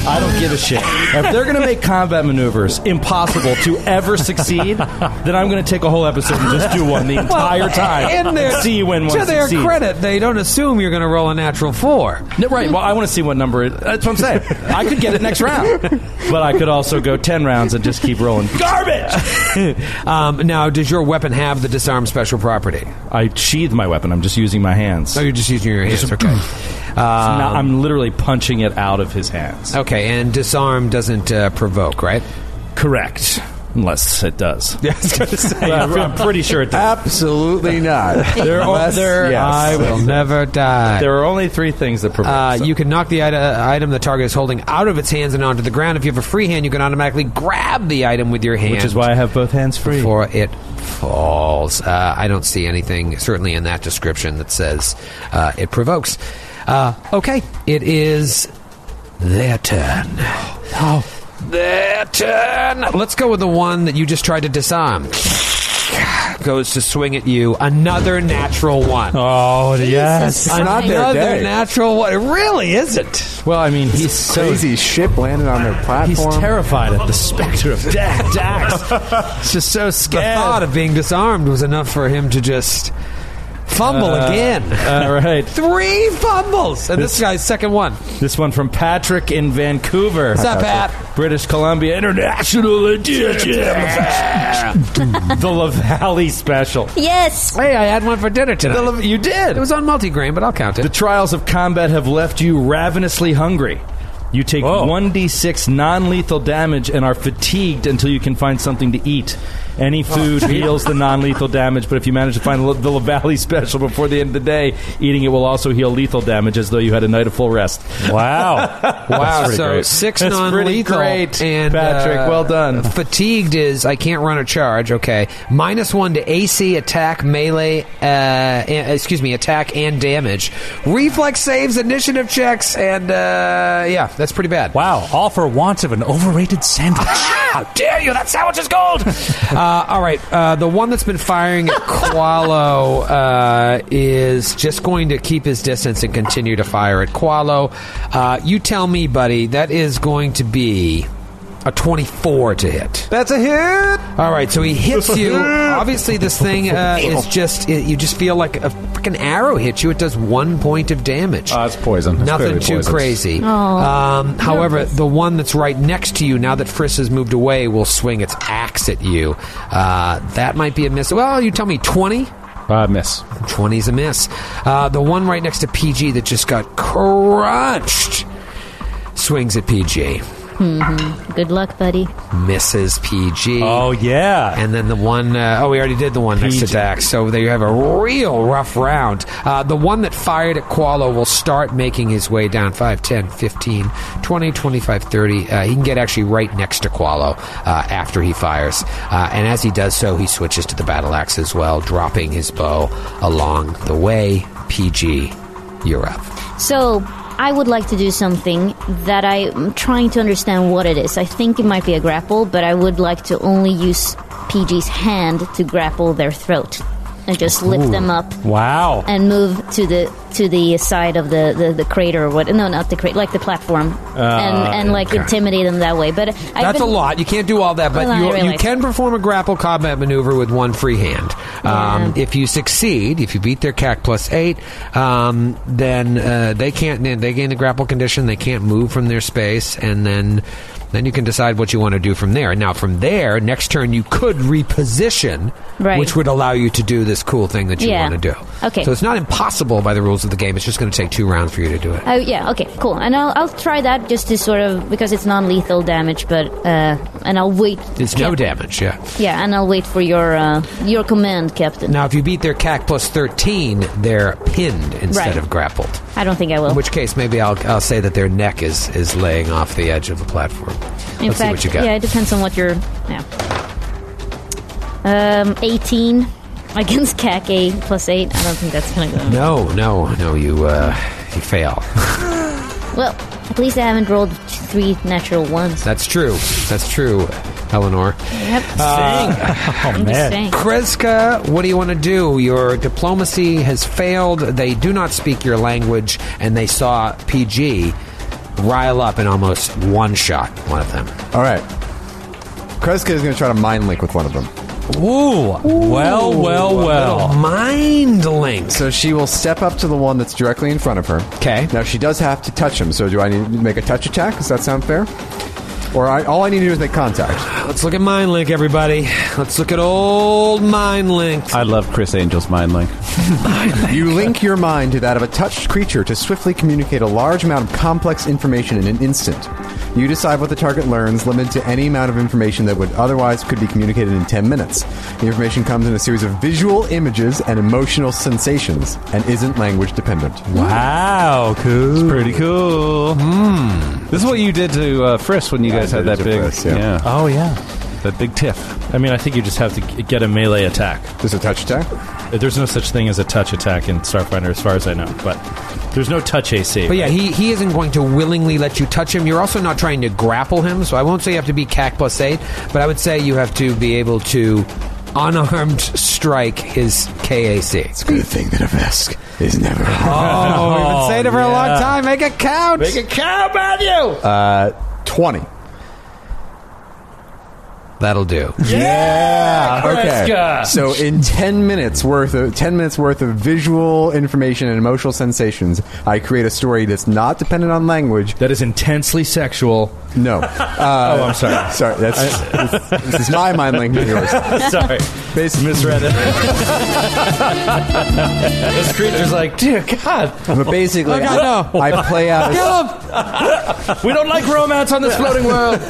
I don't give a shit. If they're going to make combat maneuvers impossible to ever succeed, then I'm going to take a whole episode and just do one the entire time.
In
and
their,
see when one
to their
succeeds.
credit, they don't assume you're going to roll a natural four.
No, right. Well, I want to see what number. It, that's what I'm saying. I could get it next round, but I could also go ten rounds and just keep rolling garbage.
um, now, does your weapon have the disarm special property?
I sheathe my weapon. I'm just using my hands.
Oh, you're just using your hands. okay.
It's not- I'm literally punching it out of his hands.
Okay, and disarm doesn't uh, provoke, right?
Correct. Unless it does. Yeah, I was going to say. I'm pretty sure it does.
Absolutely not.
There are,
Unless-
there,
yes.
I will never.
Never die.
There are only three things that provoke.
Uh,
so-
you can knock the ite- item the target is holding out of its hands and onto the ground. If you have a free hand, you can automatically grab the item with your hand,
which is why I have both hands free.
before it falls. Uh, I don't see anything, certainly in that description, that says uh, it provokes. Uh, okay, it is Their turn. Oh. Their turn. Let's go with the one that you just tried to disarm. Goes to swing at you. Another natural one.
Oh, yes.
It's not their
Another
day.
natural one. It really isn't.
Well, I mean, he's so
Crazy ship landed on their
he's
platform.
terrified at the specter of death. Dax.
It's just so scared. The thought of being disarmed was enough for him to just fumble
Uh,
again.
All right,
Three fumbles. And this guy's second one.
this one from Patrick in Vancouver.
What's up, Pat?
British Columbia International Edition. the LaValley Special.
Yes.
Hey, I had one for dinner tonight.
The La- you did.
it was on multigrain, but I'll count
The
it.
trials of combat have left you ravenously hungry. You take
Whoa.
1d6 non lethal damage and are fatigued until you can find something to eat. Any food heals the non lethal damage, but if you manage to find the La Valley special before the end of the day, eating it will also heal lethal damage as though you had a night of full rest.
Wow.
Wow, so
great.
six
That's pretty
non-lethal
great,
and
Patrick.
uh,
Well done.
Fatigued is I can't run a charge. Okay, minus one to AC, attack, melee. Uh, and- excuse me, attack and damage. Reflex saves, initiative checks, and uh, yeah, that's pretty bad.
Wow. All for want of an overrated sandwich.
How dare you? That sandwich is gold. uh, all right, uh, the one that's been firing at Qualo uh, is just going to keep his distance and continue to fire at Qualo. Uh, you tell me, buddy. That is going to be a twenty-four to hit.
That's a hit.
All right, so he hits you. Obviously, this thing uh, is just it, you just feel like a freaking arrow hits you. It does one point of damage.
Uh, it's poison. It's
Nothing
clearly
too
poison.
crazy. Um, however, the one that's right next to you, now that Friss has moved away, will swing its axe at you. Uh, that might be a miss. Well, you tell me, twenty.
Uh, miss.
20's a miss. Uh, the one right next to PG that just got crunched swings at PG,
Good luck, buddy.
misses PG.
Oh, yeah.
And then the one, uh, oh, we already did the one next to Dax. So there you have a real rough round. Uh, the one that fired at Qualo will start making his way down 5, 10, 15, 20, 25, 30. Uh, he can get actually right next to Qualo uh, after he fires. Uh, and as he does so, he switches to the battle axe as well, dropping his bow along the way. PG, you're up.
So I would like to do something that I'm trying to understand what it is. I think it might be a grapple, but I would like to only use PG's hand to grapple their throat and just lift them up
Wow.
and move to the to the side of the, the, the crater or what? No, not the crater, like the platform, and and like intimidate them that way. But I've
That's
been-
a lot. You can't do all that, but
Well, I
you, you
realize.
can perform a grapple combat maneuver with one free hand. Um, If you succeed, if you beat their CAC plus eight, um, then uh, they can't. Then they gain the grapple condition. They can't move from their space, and then then you can decide what you want to do from there. Now, from there, next turn you could reposition,
Right.
which would allow you to do this cool thing that you
Yeah.
want to do.
Okay.
So it's not impossible by the rules of the game. It's just going to take two rounds for you to do it.
Oh yeah, okay, cool. And I'll, I'll try that just to sort of because it's non-lethal damage, but uh, and I'll wait.
It's no
Cap-
damage. Yeah.
Yeah, and I'll wait for your uh, your command, Captain.
Now, if you beat their CAC plus 13, they're pinned instead
Right.
of grappled.
I don't think I will.
In which case, maybe I'll, I'll say that their neck is, is laying off the edge of the platform.
In fact,
Let's see what you got.
yeah, it depends on what you're. Yeah. Um, eighteen against CAC eight plus eight. I don't think that's gonna go.
No, no, no, you, uh, you fail.
Well, at least I haven't rolled three natural ones.
That's true. That's true, Eleanor.
Yep.
Oh,
I'm just
man.
saying.
Kreska, what do you want to do? Your diplomacy has failed. They do not speak your language, and they saw PG rile up and almost one shot one of them.
All right. Kreska is going to try to mind link with one of them.
Ooh. Well, well,
Little
well.
mind link.
So she will step up to the one that's directly in front of her.
'Kay.
Now she does have to touch him. So do I need to make a touch attack? Does that sound fair? Or I, all I need to do is make contact.
Let's look at Mind Link, everybody. Let's look at old Mind Link.
I love Chris Angel's mind link.
You link your mind to that of a touched creature to swiftly communicate a large amount of complex information in an instant. You decide what the target learns, limited to any amount of information that would otherwise could be communicated in 10 minutes. The information comes in a series of visual images and emotional sensations and isn't language dependent.
Wow. Cool.
Pretty cool.
Hmm.
This is what you did to uh, Frisk when you guys
I
had
did it
that
to
big,
Frisk, yeah.
yeah.
Oh, yeah.
that big tiff.
I mean, I think you just have to g- get a melee attack.
Just a touch attack?
There's no such thing as a touch attack in Starfinder, as far as I know. But There's no touch AC.
But yeah, he, he isn't going to willingly let you touch him. You're also not trying to grapple him, so I won't say you have to be CAC plus eight, but I would say you have to be able to unarmed strike his KAC.
Good thing that a Vesk is never.
Oh, we've been saying it for a long time. Make it count.
Make it count, Matthew.
20.
That'll do.
Yeah. Okay.
Kreska.
So in 10 minutes worth of 10 minutes worth of visual information and emotional sensations, I create a story that's not dependent on language.
that is intensely sexual.
No. Uh,
Oh, I'm sorry.
sorry. That's this, this is my mind language. and Yours.
sorry.
Basically,
Misread it. this creature's like, dear God,
but basically,
Oh,
I, I play out.
we don't like romance on this floating world.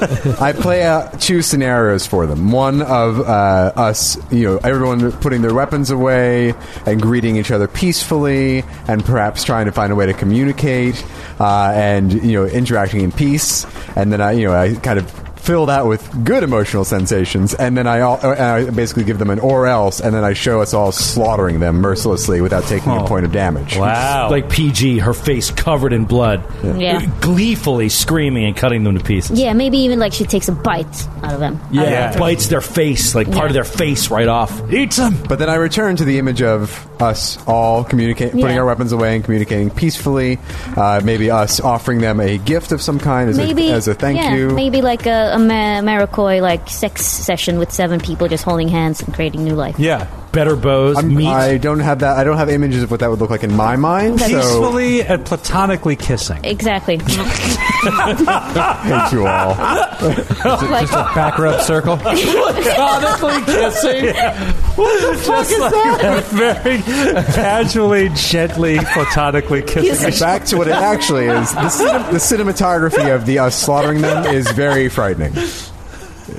I play out two scenarios for them. One of uh, us, you know, everyone putting their weapons away and greeting each other peacefully, and perhaps trying to find a way to communicate uh, and you know interacting in peace. And then I, you know, I kind of fill that with good emotional sensations, and then I, all, uh, I basically give them an or else, and then I show us all slaughtering them mercilessly without taking a point of damage.
Wow.
Like PG, her face covered in blood, Uh,
Yeah.
gleefully screaming and cutting them to pieces.
Yeah, maybe even like she takes a bite out of him.
Yeah,
Yeah.
bites their face, like part of their face right off.
eat some.
But then I return to the image of us all communicating, putting
Yeah.
our weapons away and communicating peacefully. Uh, maybe us offering them a gift of some kind as,
Maybe
a, as a thank
yeah,
you.
Maybe like a, a Ma- Maricoy like sex session with seven people just holding hands and creating new life.
Yeah.
Better bows,
I'm-
meat.
I don't have that. I don't have images of what that would look like in my mind. So
Peacefully and platonically kissing.
Exactly.
thank you all.
like,
Back rub circle.
Sonically kissing.
Just like very casually, gently, platonically kissing.
Back to what it actually is. The, cin- the cinematography of the us slaughtering them is very frightening,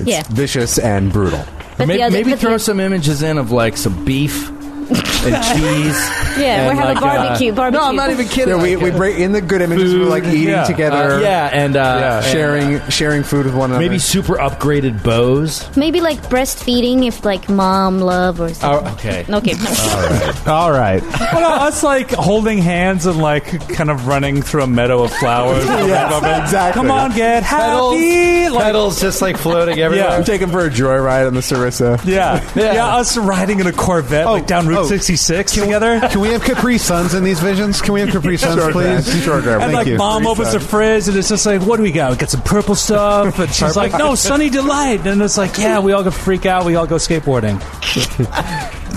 yeah.
vicious and brutal.
But
Maybe,
the other,
maybe
but
throw
the,
some images in of like some beef and cheese.
Yeah, we
and,
have
like,
a barbecue.
uh,
barbecue.
No, I'm not even kidding.
Yeah, we, we break in the good images. we're like eating
yeah.
together,
Uh, yeah, and uh,
sharing sharing food with one another.
maybe super upgraded bows.
Maybe like breastfeeding if like mom love or something.
Oh, okay.
Okay.
All right. Well, no, us like holding hands and like kind of running through a meadow of flowers.
Yes, exactly.
Come on, get happy. Like,
Petals just like floating
everywhere.
I'm taking for a joyride on the Sarissa.
yeah. yeah, Us riding in a Corvette, like down Route
oh.
66 together.
Can we have Capri Suns in these visions? Can we have Capri Suns,
Sure,
please?
Graham. Sure, Graham.
And
Thank
like
you.
mom opens the fridge and it's just like, what do we got? We got some purple stuff. And she's like, no, Sunny Delight. And it's like, yeah, we all go freak out. We all go skateboarding.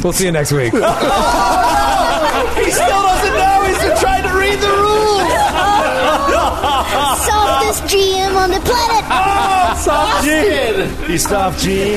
We'll see you next week.
He still doesn't know. He's been trying to read the rules.
Softest GM on the planet.
Stop G. He stopped G.